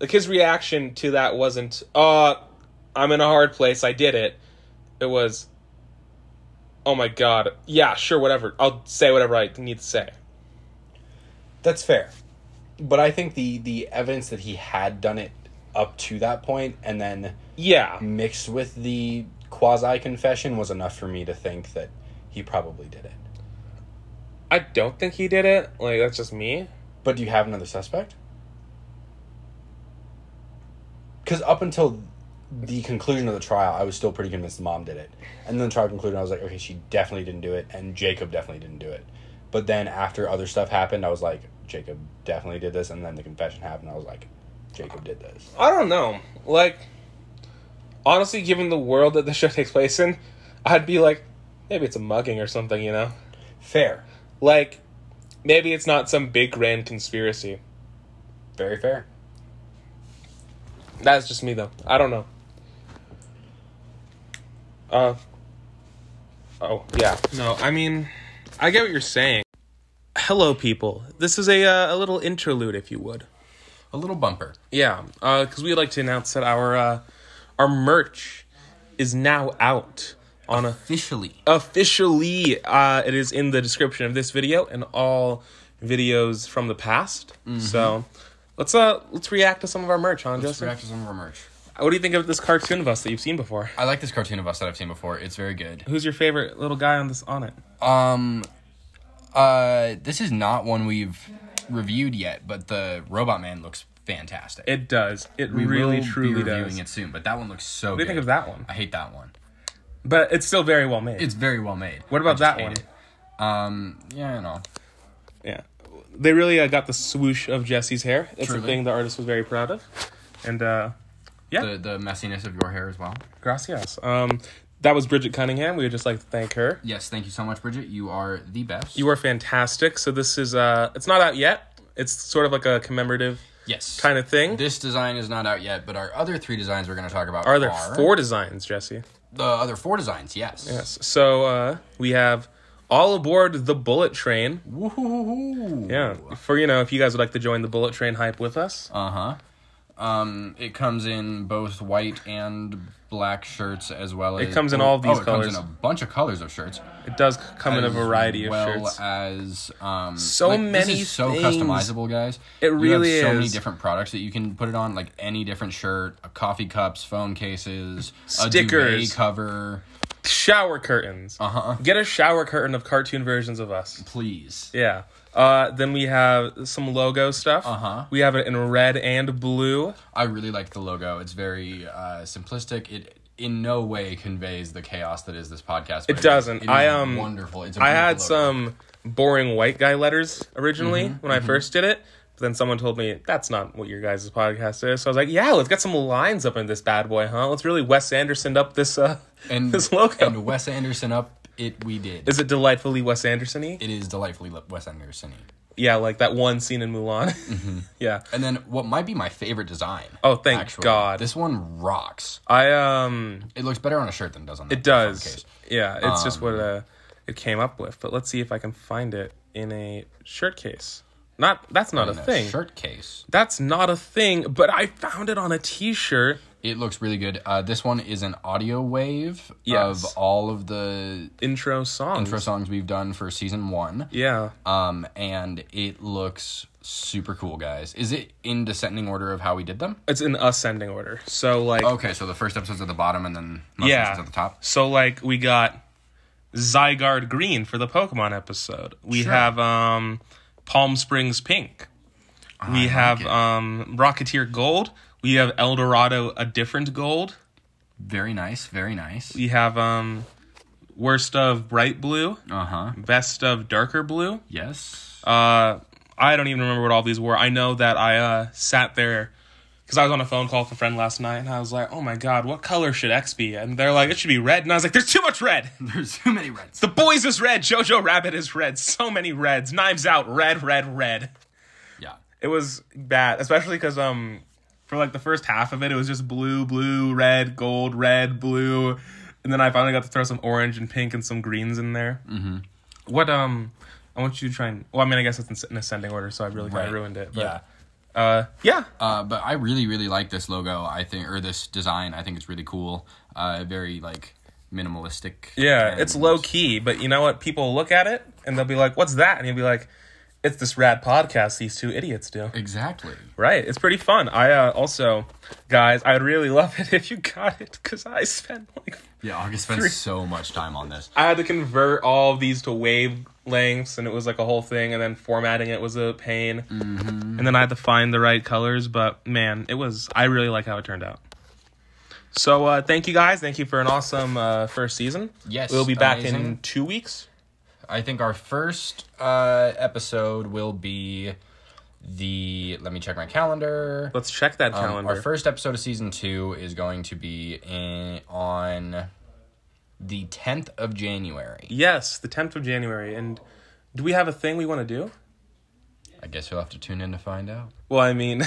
Speaker 3: like his reaction to that wasn't uh I'm in a hard place, I did it. It was oh my god yeah sure whatever i'll say whatever i need to say
Speaker 4: That's fair. But I think the the evidence that he had done it up to that point and then
Speaker 3: yeah
Speaker 4: mixed with the quasi confession was enough for me to think that he probably did it.
Speaker 3: i don't think he did it like that's just me
Speaker 4: But do you have another suspect? Because up until the conclusion of the trial, I was still pretty convinced the mom did it. And then the trial concluded, I was like, okay, she definitely didn't do it, and Jacob definitely didn't do it. But then after other stuff happened, I was like, Jacob definitely did this. And then the confession happened, I was like, Jacob did this.
Speaker 3: i don't know like honestly given the world that the show takes place in i'd be like maybe it's a mugging or something you know
Speaker 4: Fair.
Speaker 3: like maybe it's not some big grand conspiracy
Speaker 4: Very fair.
Speaker 3: that's just me though i don't know uh oh yeah no i mean i get what you're saying hello people this is a uh, a little interlude if you would
Speaker 4: A little bumper.
Speaker 3: Yeah, because we'd like to announce that our uh, our merch is now out on a
Speaker 4: Officially.
Speaker 3: officially. Uh, it is in the description of this video and all videos from the past. So let's uh let's react to some of our merch, huh, Justin?
Speaker 4: to some of our merch.
Speaker 3: What do you think of this cartoon of us that you've seen before?
Speaker 4: I like this cartoon of us that I've seen before. It's very good.
Speaker 3: Who's your favorite little guy on this on it?
Speaker 4: Um, uh, this is not one we've reviewed yet, but the Robot Man looks fantastic.
Speaker 3: It does. It
Speaker 4: we
Speaker 3: really
Speaker 4: will
Speaker 3: truly
Speaker 4: be reviewing
Speaker 3: does.
Speaker 4: it soon, but that one looks so. What
Speaker 3: do you think of that one?
Speaker 4: I hate that one.
Speaker 3: But it's still very well made.
Speaker 4: It's very well made.
Speaker 3: what about
Speaker 4: I just
Speaker 3: that
Speaker 4: hate
Speaker 3: one?
Speaker 4: it. Um, yeah, I know.
Speaker 3: Yeah. They really uh, got the swoosh of Jesse's hair. It's a
Speaker 4: Truly.
Speaker 3: thing the artist was very proud of. And uh,
Speaker 4: The the messiness of your hair as well.
Speaker 3: gracias. Um, that was Bridget Cunningham. We would just like to thank her.
Speaker 4: Yes, thank you so much, Bridget. You are the best.
Speaker 3: You are fantastic. So this is uh, it's not out yet. It's sort of like a commemorative
Speaker 4: yes.
Speaker 3: kind of thing.
Speaker 4: This design is not out yet, but our other three designs we're going to talk about
Speaker 3: Are there four designs, Jesse?
Speaker 4: The other four designs, yes.
Speaker 3: Yes. So uh, we have all aboard the bullet train.
Speaker 4: Woohoo!
Speaker 3: Yeah. For you know, if you guys would like to join the bullet train hype with us.
Speaker 4: Uh huh. Um, it comes in both white and black shirts as well as oh,
Speaker 3: It comes in all of these
Speaker 4: it
Speaker 3: colors.
Speaker 4: Comes in a bunch of colors of shirts.
Speaker 3: It does c- come in a
Speaker 4: as
Speaker 3: variety of
Speaker 4: well
Speaker 3: shirts.
Speaker 4: as um,
Speaker 3: So
Speaker 4: like,
Speaker 3: many
Speaker 4: This is so
Speaker 3: things.
Speaker 4: customizable, guys.
Speaker 3: It really
Speaker 4: you have so many
Speaker 3: is.
Speaker 4: different products that you can put it on, like any different shirt, uh, coffee cups, phone cases, a
Speaker 3: Stickers.
Speaker 4: duvet cover.
Speaker 3: shower curtains.
Speaker 4: Uh huh.
Speaker 3: Get a shower curtain of cartoon versions of us.
Speaker 4: Please.
Speaker 3: Yeah. Uh, then we have some logo stuff. Uh
Speaker 4: Uh-huh.
Speaker 3: We have it in red and blue.
Speaker 4: I really like the logo. It's very uh, simplistic. It in no way conveys the chaos that is this podcast. but
Speaker 3: It doesn't.
Speaker 4: is
Speaker 3: I, um,
Speaker 4: wonderful. It's a
Speaker 3: I had
Speaker 4: beautiful logo.
Speaker 3: some boring white guy letters originally
Speaker 4: Mm-hmm,
Speaker 3: when I first did it, but then someone told me that's not what your guys' podcast is. So I was like, yeah, let's get some lines up in this bad boy, huh? Let's really Wes Anderson up this uh
Speaker 4: and
Speaker 3: this logo.
Speaker 4: and Wes Anderson up It we did.
Speaker 3: Is it delightfully Wes Anderson-y?
Speaker 4: it is delightfully Le- Wes Anderson.
Speaker 3: yeah, like that one scene in Mulan.
Speaker 4: Mm-hmm.
Speaker 3: yeah.
Speaker 4: And then what might be my favorite design.
Speaker 3: Oh, thank
Speaker 4: actually.
Speaker 3: God.
Speaker 4: This one rocks.
Speaker 3: I um
Speaker 4: It looks better on a shirt than it does on. The
Speaker 3: it does. Yeah, it's just
Speaker 4: Um,
Speaker 3: what uh it came up with. But let's see if I can find it in a shirt case. Not that's not
Speaker 4: In
Speaker 3: a
Speaker 4: a
Speaker 3: thing.
Speaker 4: shirt case.
Speaker 3: That's not a thing, but I found it on a t-shirt.
Speaker 4: It looks really good. Uh, this one is an audio wave
Speaker 3: Yes.
Speaker 4: of all of the
Speaker 3: Intro songs.
Speaker 4: intro songs we've done for season one.
Speaker 3: Yeah.
Speaker 4: Um, and it looks super cool, guys. Is it in descending order of how we did them?
Speaker 3: It's in ascending order. So like
Speaker 4: Okay, so the first episode's at the bottom, and then most
Speaker 3: yeah.
Speaker 4: episodes Oh, at the top.
Speaker 3: So like we got Zygarde Green for the Pokemon episode. We
Speaker 4: Sure.
Speaker 3: have um Palm Springs Pink. We have
Speaker 4: it.
Speaker 3: um Rocketeer Gold. We have Eldorado a different gold.
Speaker 4: Very nice, very nice.
Speaker 3: We have um worst of bright blue,
Speaker 4: Uh huh.
Speaker 3: best of darker blue.
Speaker 4: Yes.
Speaker 3: Uh, I don't even remember what all these were. I know that I uh, sat there because I was on a phone call with a friend last night, and I was like, "Oh my god, what color should X be?" And they're like, "It should be red." And I was like, "There's too much red.
Speaker 4: There's too many reds.
Speaker 3: The boys is red. Jojo Rabbit is red. So many reds. Knives Out, red, red, red."
Speaker 4: Yeah.
Speaker 3: It was bad, especially because um, for like the first half of it, it was just blue, blue, red, gold, red, blue, and then I finally got to throw some orange and pink and some greens in there. Mm-hmm. What um, I want you to try and well, I mean, I guess it's in, in ascending order, so I really kind
Speaker 4: Right.
Speaker 3: of ruined it. But,
Speaker 4: Yeah.
Speaker 3: uh, yeah,
Speaker 4: Uh, but I really, really like this logo. I think, or this design. I think it's really cool. Uh, very like minimalistic.
Speaker 3: yeah.
Speaker 4: and-
Speaker 3: It's low key, but you know what? People look at it and they'll be like, "What's that?" And you'll be like, "It's this rad podcast these two idiots do."
Speaker 4: Exactly.
Speaker 3: Right. It's pretty fun. I uh, also, guys, I'd really love it if you got it because I spent like
Speaker 4: Yeah, August spends so much time on this.
Speaker 3: I had to convert all of these to wavelengths, and it was like a whole thing. And then formatting it was a pain. And then I had to find the right colors. But man, it was. I really like how it turned out. So uh, thank you guys. Thank you for an awesome uh, first season.
Speaker 4: Yes,
Speaker 3: we'll be back in
Speaker 4: amazing.
Speaker 3: two weeks.
Speaker 4: I think our first uh, episode will be the. Let me check my calendar.
Speaker 3: Let's check that
Speaker 4: Um,
Speaker 3: calendar.
Speaker 4: Our first episode of season two is going to be in, on the tenth of January.
Speaker 3: yes, the tenth of January. And do we have a thing we want to do?
Speaker 4: I guess you'll have to tune in to find out.
Speaker 3: Well, I mean,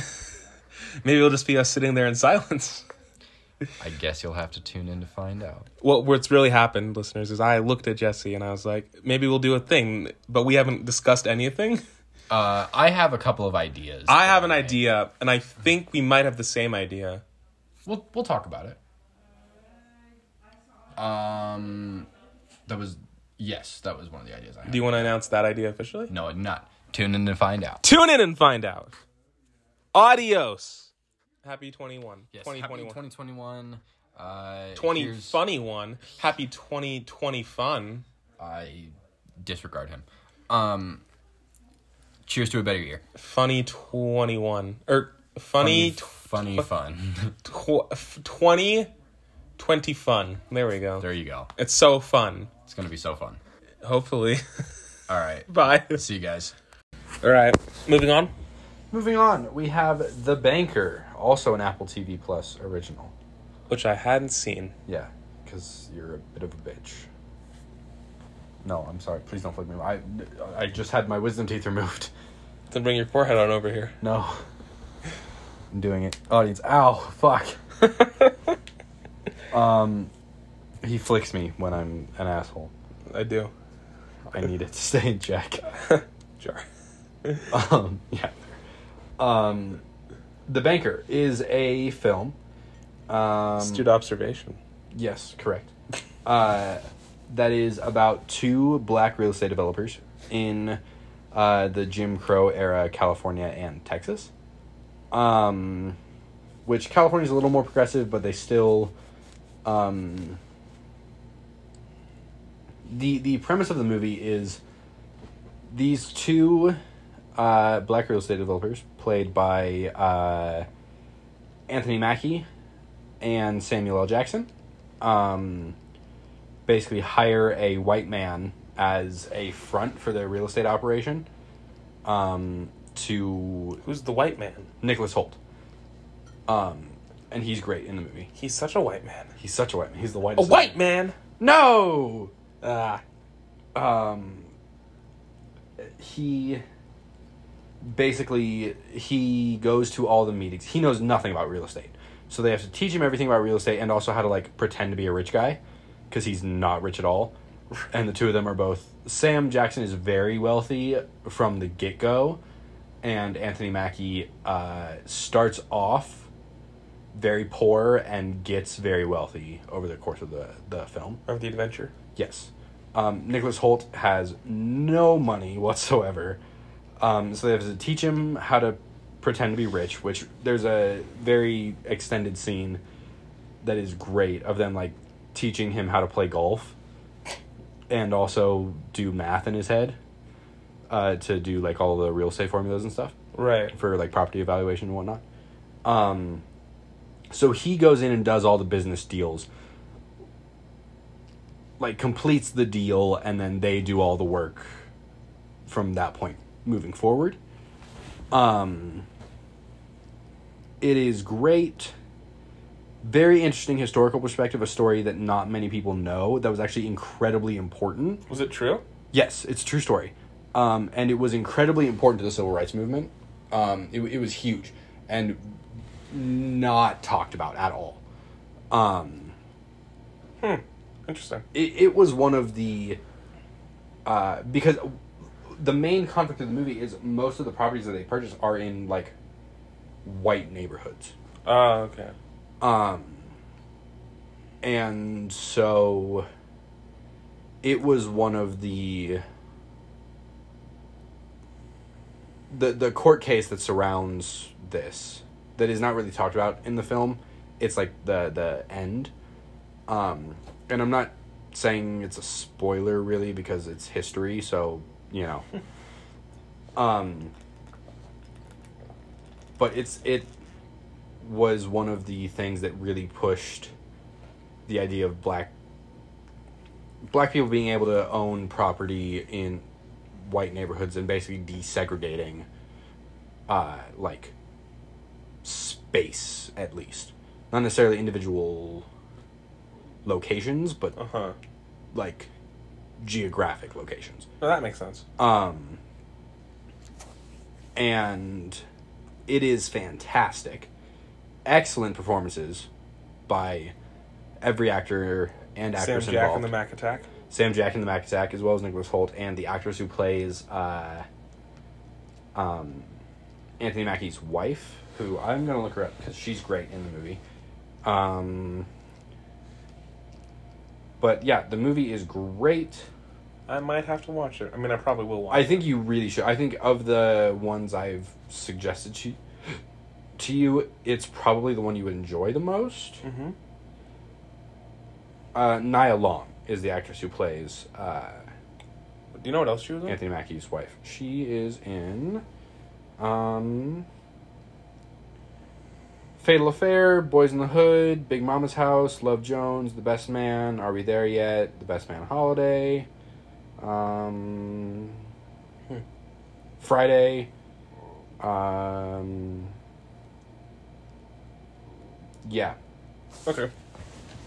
Speaker 3: maybe it'll just be us sitting there in silence.
Speaker 4: I guess you'll have to tune in to find out.
Speaker 3: what what's really happened, listeners, is I looked at Jesse and I was like, maybe we'll do a thing, but we haven't discussed anything.
Speaker 4: Uh, I have a couple of ideas.
Speaker 3: I have an idea, and I think we might have the same idea.
Speaker 4: We'll we'll talk about it. Um, that was yes, that was one of the ideas I had.
Speaker 3: Do you want to announce that idea officially?
Speaker 4: no, not tune in to find out.
Speaker 3: Tune in and find out. Adios. Happy 21.
Speaker 4: Yes, happy
Speaker 3: 2021.
Speaker 4: 2021. Uh,
Speaker 3: 20
Speaker 4: here's-
Speaker 3: funny one. Happy 2020 fun.
Speaker 4: I disregard him. Um, cheers to a better year.
Speaker 3: Funny 21. Or funny, tw-
Speaker 4: funny fun.
Speaker 3: tw- f- 20 20 fun. There we go.
Speaker 4: there you go.
Speaker 3: It's so fun.
Speaker 4: It's gonna be so fun.
Speaker 3: Hopefully.
Speaker 4: All right.
Speaker 3: Bye.
Speaker 4: See you guys.
Speaker 3: All right, moving on.
Speaker 4: Moving on, we have The Banker, also an Apple TV Plus original.
Speaker 3: Which I hadn't seen.
Speaker 4: Yeah, because you're a bit of a bitch. No, I'm sorry. Please don't flip me. I, I just had my wisdom teeth removed.
Speaker 3: Then bring your forehead on over here.
Speaker 4: No. I'm doing it. Audience. Ow. Fuck. um, he flicks me when I'm an asshole.
Speaker 3: I do.
Speaker 4: I need it to stay in check.
Speaker 3: Jar.
Speaker 4: Um, yeah. Um, The Banker is a film. Um,
Speaker 3: Astute observation.
Speaker 4: Yes, correct. Uh, that is about two black real estate developers in uh, the Jim Crow era, California and Texas. Um, which California's a little more progressive, but they still. Um, the the premise of the movie is these two uh, black real estate developers, played by uh, Anthony Mackie and Samuel L. Jackson um, basically hire a white man as a front for their real estate operation um, to
Speaker 3: Who's the white man?
Speaker 4: Nicholas Holt. Um, and he's great in the movie.
Speaker 3: He's such a white man.
Speaker 4: He's such a white man. He's the
Speaker 3: A
Speaker 4: whitest.
Speaker 3: white man?
Speaker 4: No!
Speaker 3: Ah,
Speaker 4: um, he basically he goes to all the meetings. He knows nothing about real estate, so they have to teach him everything about real estate and also how to like pretend to be a rich guy, because he's not rich at all. And the two of them are both. Sam Jackson is very wealthy from the get go, and Anthony Mackie uh, starts off very poor and gets very wealthy over the course of the, the film.
Speaker 3: of the adventure.
Speaker 4: Yes. Um, Nicholas Holt has no money whatsoever. Um, so they have to teach him how to pretend to be rich, which there's a very extended scene that is great of them like teaching him how to play golf and also do math in his head uh, to do like all the real estate formulas and stuff
Speaker 3: Right.
Speaker 4: for like property evaluation and whatnot. Um, so he goes in and does all the business deals, like completes the deal, and then they do all the work from that point moving forward. Um, it is great. Very interesting historical perspective, a story that not many people know that was actually incredibly important.
Speaker 3: Was it true?
Speaker 4: Yes, it's a true story. Um, and it was incredibly important to the civil rights movement. Um, it, it was huge and not talked about at all. Um,
Speaker 3: Interesting.
Speaker 4: it, it was one of the. Uh, because the main conflict of the movie is most of the properties that they purchase are in, like, white neighborhoods.
Speaker 3: Oh, okay.
Speaker 4: Um, and so it was one of the the the court case that surrounds this that is not really talked about in the film. It's like the the end. Um, and I'm not saying it's a spoiler really because it's history, so you know. um, but it's it was one of the things that really pushed the idea of black black people being able to own property in white neighborhoods and basically desegregating uh like space at least not necessarily individual locations but
Speaker 3: Uh huh.
Speaker 4: like geographic locations
Speaker 3: Well, that makes sense.
Speaker 4: um, and it is fantastic. Excellent performances by every actor and
Speaker 3: Sam
Speaker 4: actress
Speaker 3: Jack
Speaker 4: involved.
Speaker 3: and the Mac Attack.
Speaker 4: Sam Jack and the Mac Attack, as well as Nicholas Holt, and the actress who plays uh, um, Anthony Mackie's wife, who I'm going to look her up because she's great in the movie. Um, but yeah, the movie is great.
Speaker 3: I might have to watch it. I mean, I probably will watch.
Speaker 4: I think you really should. I think of the ones I've suggested to to you, it's probably the one you would enjoy the most.
Speaker 3: Mm-hmm.
Speaker 4: Uh, Nia Long is the actress who plays uh,
Speaker 3: Do you know what else she was in?
Speaker 4: Anthony Mackie's wife. She is in um, Fatal Affair, Boys in the Hood, Big Mama's House, Love Jones, The Best Man, Are We There Yet, The Best Man Holiday, um,
Speaker 3: Hmm.
Speaker 4: Friday, um, yeah,
Speaker 3: Okay.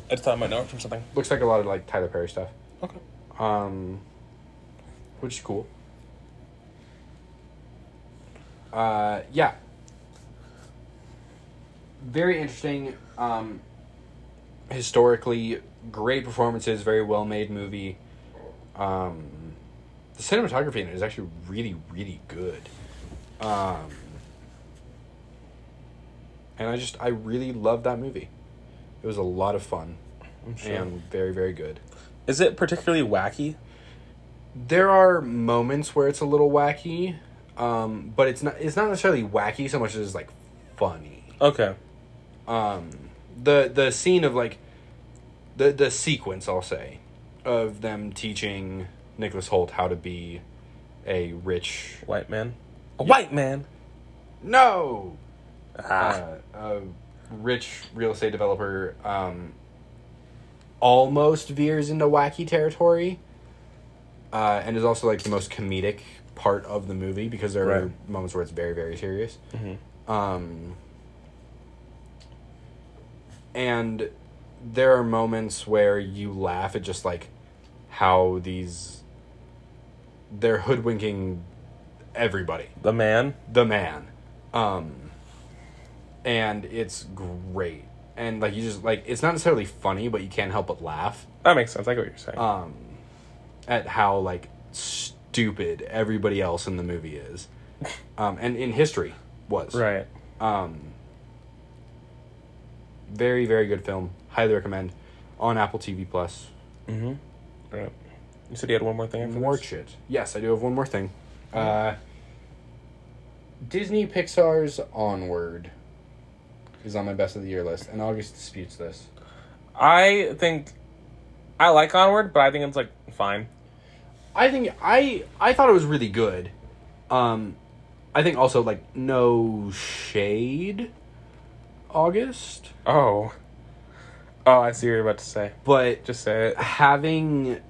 Speaker 3: I just thought I might know it from something.
Speaker 4: looks like a lot of like Tyler Perry stuff,
Speaker 3: Okay.
Speaker 4: um, which is cool. Uh, yeah. Very interesting. Um, historically, great performances, very well made movie. Um, the cinematography in it is actually really, really good. Um, and I just, I really loved that movie. It was a lot of fun
Speaker 3: I'm sure.
Speaker 4: and very, very good.
Speaker 3: Is it particularly wacky?
Speaker 4: there are moments where it's a little wacky, um, but it's not it's not necessarily wacky so much as like funny.
Speaker 3: Okay.
Speaker 4: Um, the the scene of like the the sequence I'll say of them teaching Nicholas Holt how to be a rich
Speaker 3: White man. A white man.
Speaker 4: no
Speaker 3: Ah.
Speaker 4: uh, a rich real estate developer um, almost veers into wacky territory uh, and is also like the most comedic part of the movie because there are
Speaker 3: Right.
Speaker 4: moments where it's very very serious
Speaker 3: Mhm.
Speaker 4: um, and there are moments where you laugh at just like how these they're hoodwinking everybody
Speaker 3: The man.
Speaker 4: the man um and it's great and like you just like it's not necessarily funny but you can't help but laugh
Speaker 3: That makes sense. I get what you're saying.
Speaker 4: um at how like stupid everybody else in the movie is um and in history was
Speaker 3: right.
Speaker 4: um very very good film highly recommend on apple tv plus
Speaker 3: Right. You said you had one more thing after
Speaker 4: more
Speaker 3: this?
Speaker 4: shit yes i do have one more thing
Speaker 5: Uh, Disney Pixar's Onward is on my best of the year list, and August disputes this.
Speaker 3: I think I like Onward, but I think it's like fine.
Speaker 4: I think I I thought it was really good. Um I think also like no shade August,
Speaker 3: Oh. Oh, I see what you're about to say.
Speaker 4: but just
Speaker 3: Just say it.
Speaker 4: having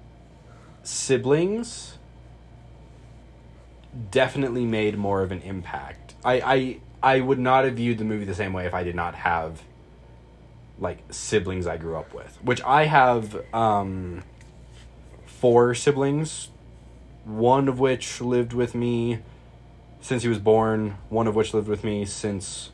Speaker 4: siblings definitely made more of an impact. I I I would not have viewed the movie the same way if I did not have like siblings I grew up with, which I have um four siblings, one of which lived with me since he was born, one of which lived with me since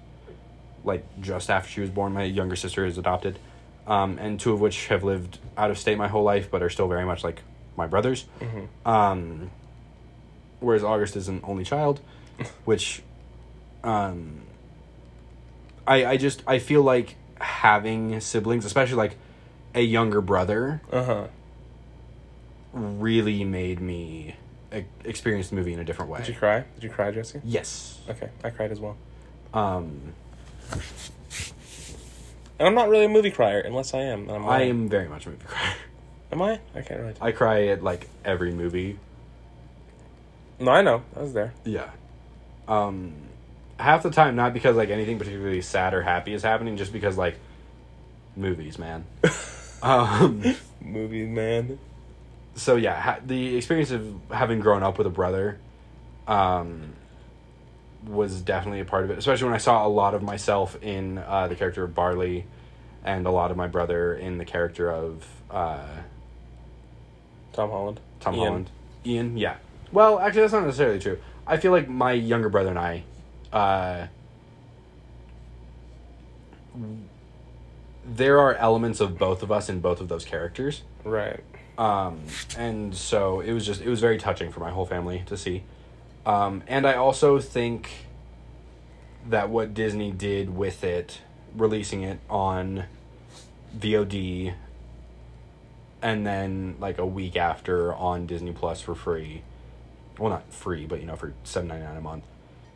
Speaker 4: like just after she was born. My younger sister is adopted, um, and two of which have lived out of state my whole life, but are still very much like my brothers.
Speaker 3: Mm-hmm.
Speaker 4: Um, whereas August is an only child, which, um, I I just I feel like having siblings, especially like a younger brother,
Speaker 3: Uh huh.
Speaker 4: really made me e- experience the movie in a different way.
Speaker 3: Did you cry? Did you cry, Jesse?
Speaker 4: Yes.
Speaker 3: Okay, I cried as well.
Speaker 4: Um,
Speaker 3: And I'm not really a movie crier, unless I am. and I'm
Speaker 4: I
Speaker 3: lying.
Speaker 4: am very much a movie crier.
Speaker 3: Am I? I can't really.
Speaker 4: I cry at like every movie.
Speaker 3: no, I know. I was there.
Speaker 4: Yeah. Um, half the time, not because like anything particularly sad or happy is happening, just because like movies, man. um,
Speaker 3: Movie man.
Speaker 4: so yeah, ha- the experience of having grown up with a brother, um, was definitely a part of it. Especially when I saw a lot of myself in uh, the character of Barley, and a lot of my brother in the character of uh,
Speaker 3: Tom Holland.
Speaker 4: Tom
Speaker 3: Ian.
Speaker 4: Holland. Ian, yeah. Well, actually, that's not necessarily true. I feel like my younger brother and I, uh, there are elements of both of us in both of those characters,
Speaker 3: Right.
Speaker 4: um, and so it was just it was very touching for my whole family to see. Um, and I also think that what Disney did with it, releasing it on VOD and then like a week after on Disney Plus for free. Well, not free, but you know, for seven ninety nine a month.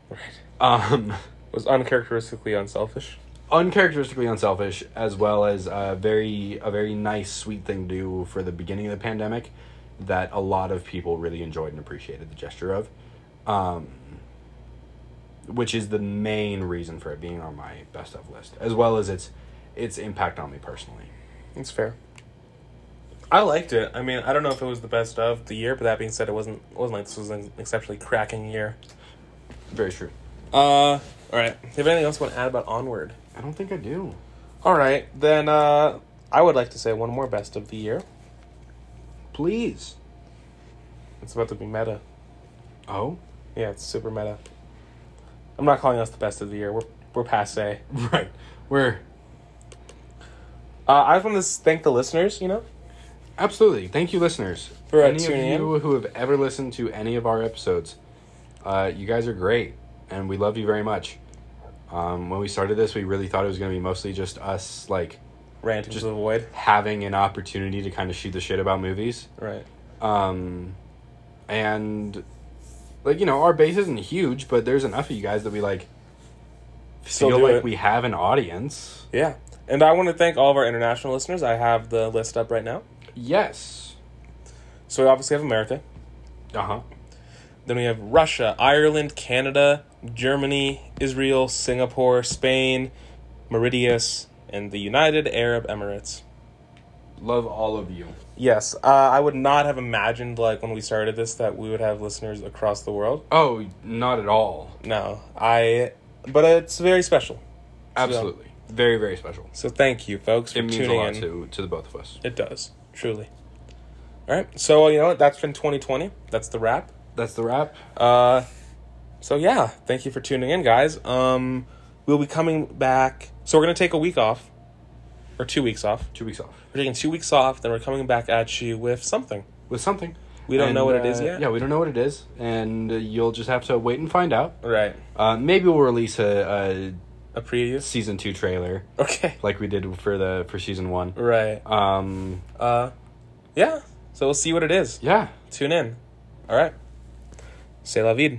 Speaker 4: Right. Um,
Speaker 3: Was uncharacteristically unselfish.
Speaker 4: uncharacteristically unselfish, as well as a very a very nice, sweet thing to do for the beginning of the pandemic, that a lot of people really enjoyed and appreciated the gesture of, um, which is the main reason for it being on my best of list, as well as its its impact on me personally.
Speaker 3: It's fair. I liked it. I mean, I don't know if it was the best of the year, but that being said, it wasn't. It wasn't like this was an exceptionally cracking year.
Speaker 4: Very true.
Speaker 3: Uh, all right. Do you have anything else you want to add about Onward?
Speaker 4: I don't think I do.
Speaker 3: All right, then uh, I would like to say one more best of the year.
Speaker 4: Please.
Speaker 3: It's about to be meta.
Speaker 4: Oh.
Speaker 3: Yeah, it's super meta. I'm not calling us the best of the year. We're we're passe.
Speaker 4: Right. We're
Speaker 3: Uh, I just want to thank the listeners. You know,
Speaker 4: Absolutely. Thank you, listeners.
Speaker 3: For, uh,
Speaker 4: any of
Speaker 3: tuning in.
Speaker 4: you who have ever listened to any of our episodes, uh, you guys are great, and we love you very much. Um, when we started this, we really thought it was going to be mostly just us, like
Speaker 3: ranting to the void.
Speaker 4: having an opportunity to kind of shoot the shit about movies,
Speaker 3: Right.
Speaker 4: um, and like you know, our base isn't huge, but there's enough of you guys that we like
Speaker 3: Still
Speaker 4: feel
Speaker 3: do
Speaker 4: like
Speaker 3: it.
Speaker 4: we have an audience.
Speaker 3: Yeah, and I want to thank all of our international listeners. I have the list up right now.
Speaker 4: Yes.
Speaker 3: So we obviously have America.
Speaker 4: Uh huh.
Speaker 3: Then we have Russia, Ireland, Canada, Germany, Israel, Singapore, Spain, Mauritius, and the United Arab Emirates.
Speaker 4: Love all of you.
Speaker 3: Yes, uh, I would not have imagined like when we started this that we would have listeners across the world.
Speaker 4: Oh, not at all.
Speaker 3: No, I. But it's very special.
Speaker 4: Absolutely. Very, very special.
Speaker 3: So thank you, folks, for
Speaker 4: It means a
Speaker 3: tuning
Speaker 4: lot
Speaker 3: in.
Speaker 4: to, to the both of us.
Speaker 3: It does truly. All right. So you know what? That's been 2020. That's the wrap.
Speaker 4: That's the wrap.
Speaker 3: Uh, so yeah, thank you for tuning in, guys. Um, we'll be coming back. So we're gonna take a week off, or two weeks off.
Speaker 4: Two weeks off
Speaker 3: We're taking two weeks off. Then we're coming back at you with something.
Speaker 4: with something.
Speaker 3: We don't know what it is
Speaker 4: uh,
Speaker 3: yet?
Speaker 4: Yeah, we don't know what it is, and uh, you'll just have to wait and find out.
Speaker 3: Right.
Speaker 4: Uh, maybe we'll release a,
Speaker 3: A
Speaker 4: a
Speaker 3: preview.
Speaker 4: season two trailer
Speaker 3: Okay.
Speaker 4: like we did for the for season one.
Speaker 3: Right.
Speaker 4: Um,
Speaker 3: Uh, yeah. So we'll see what it is.
Speaker 4: yeah.
Speaker 3: Tune in. All right. Say la vida.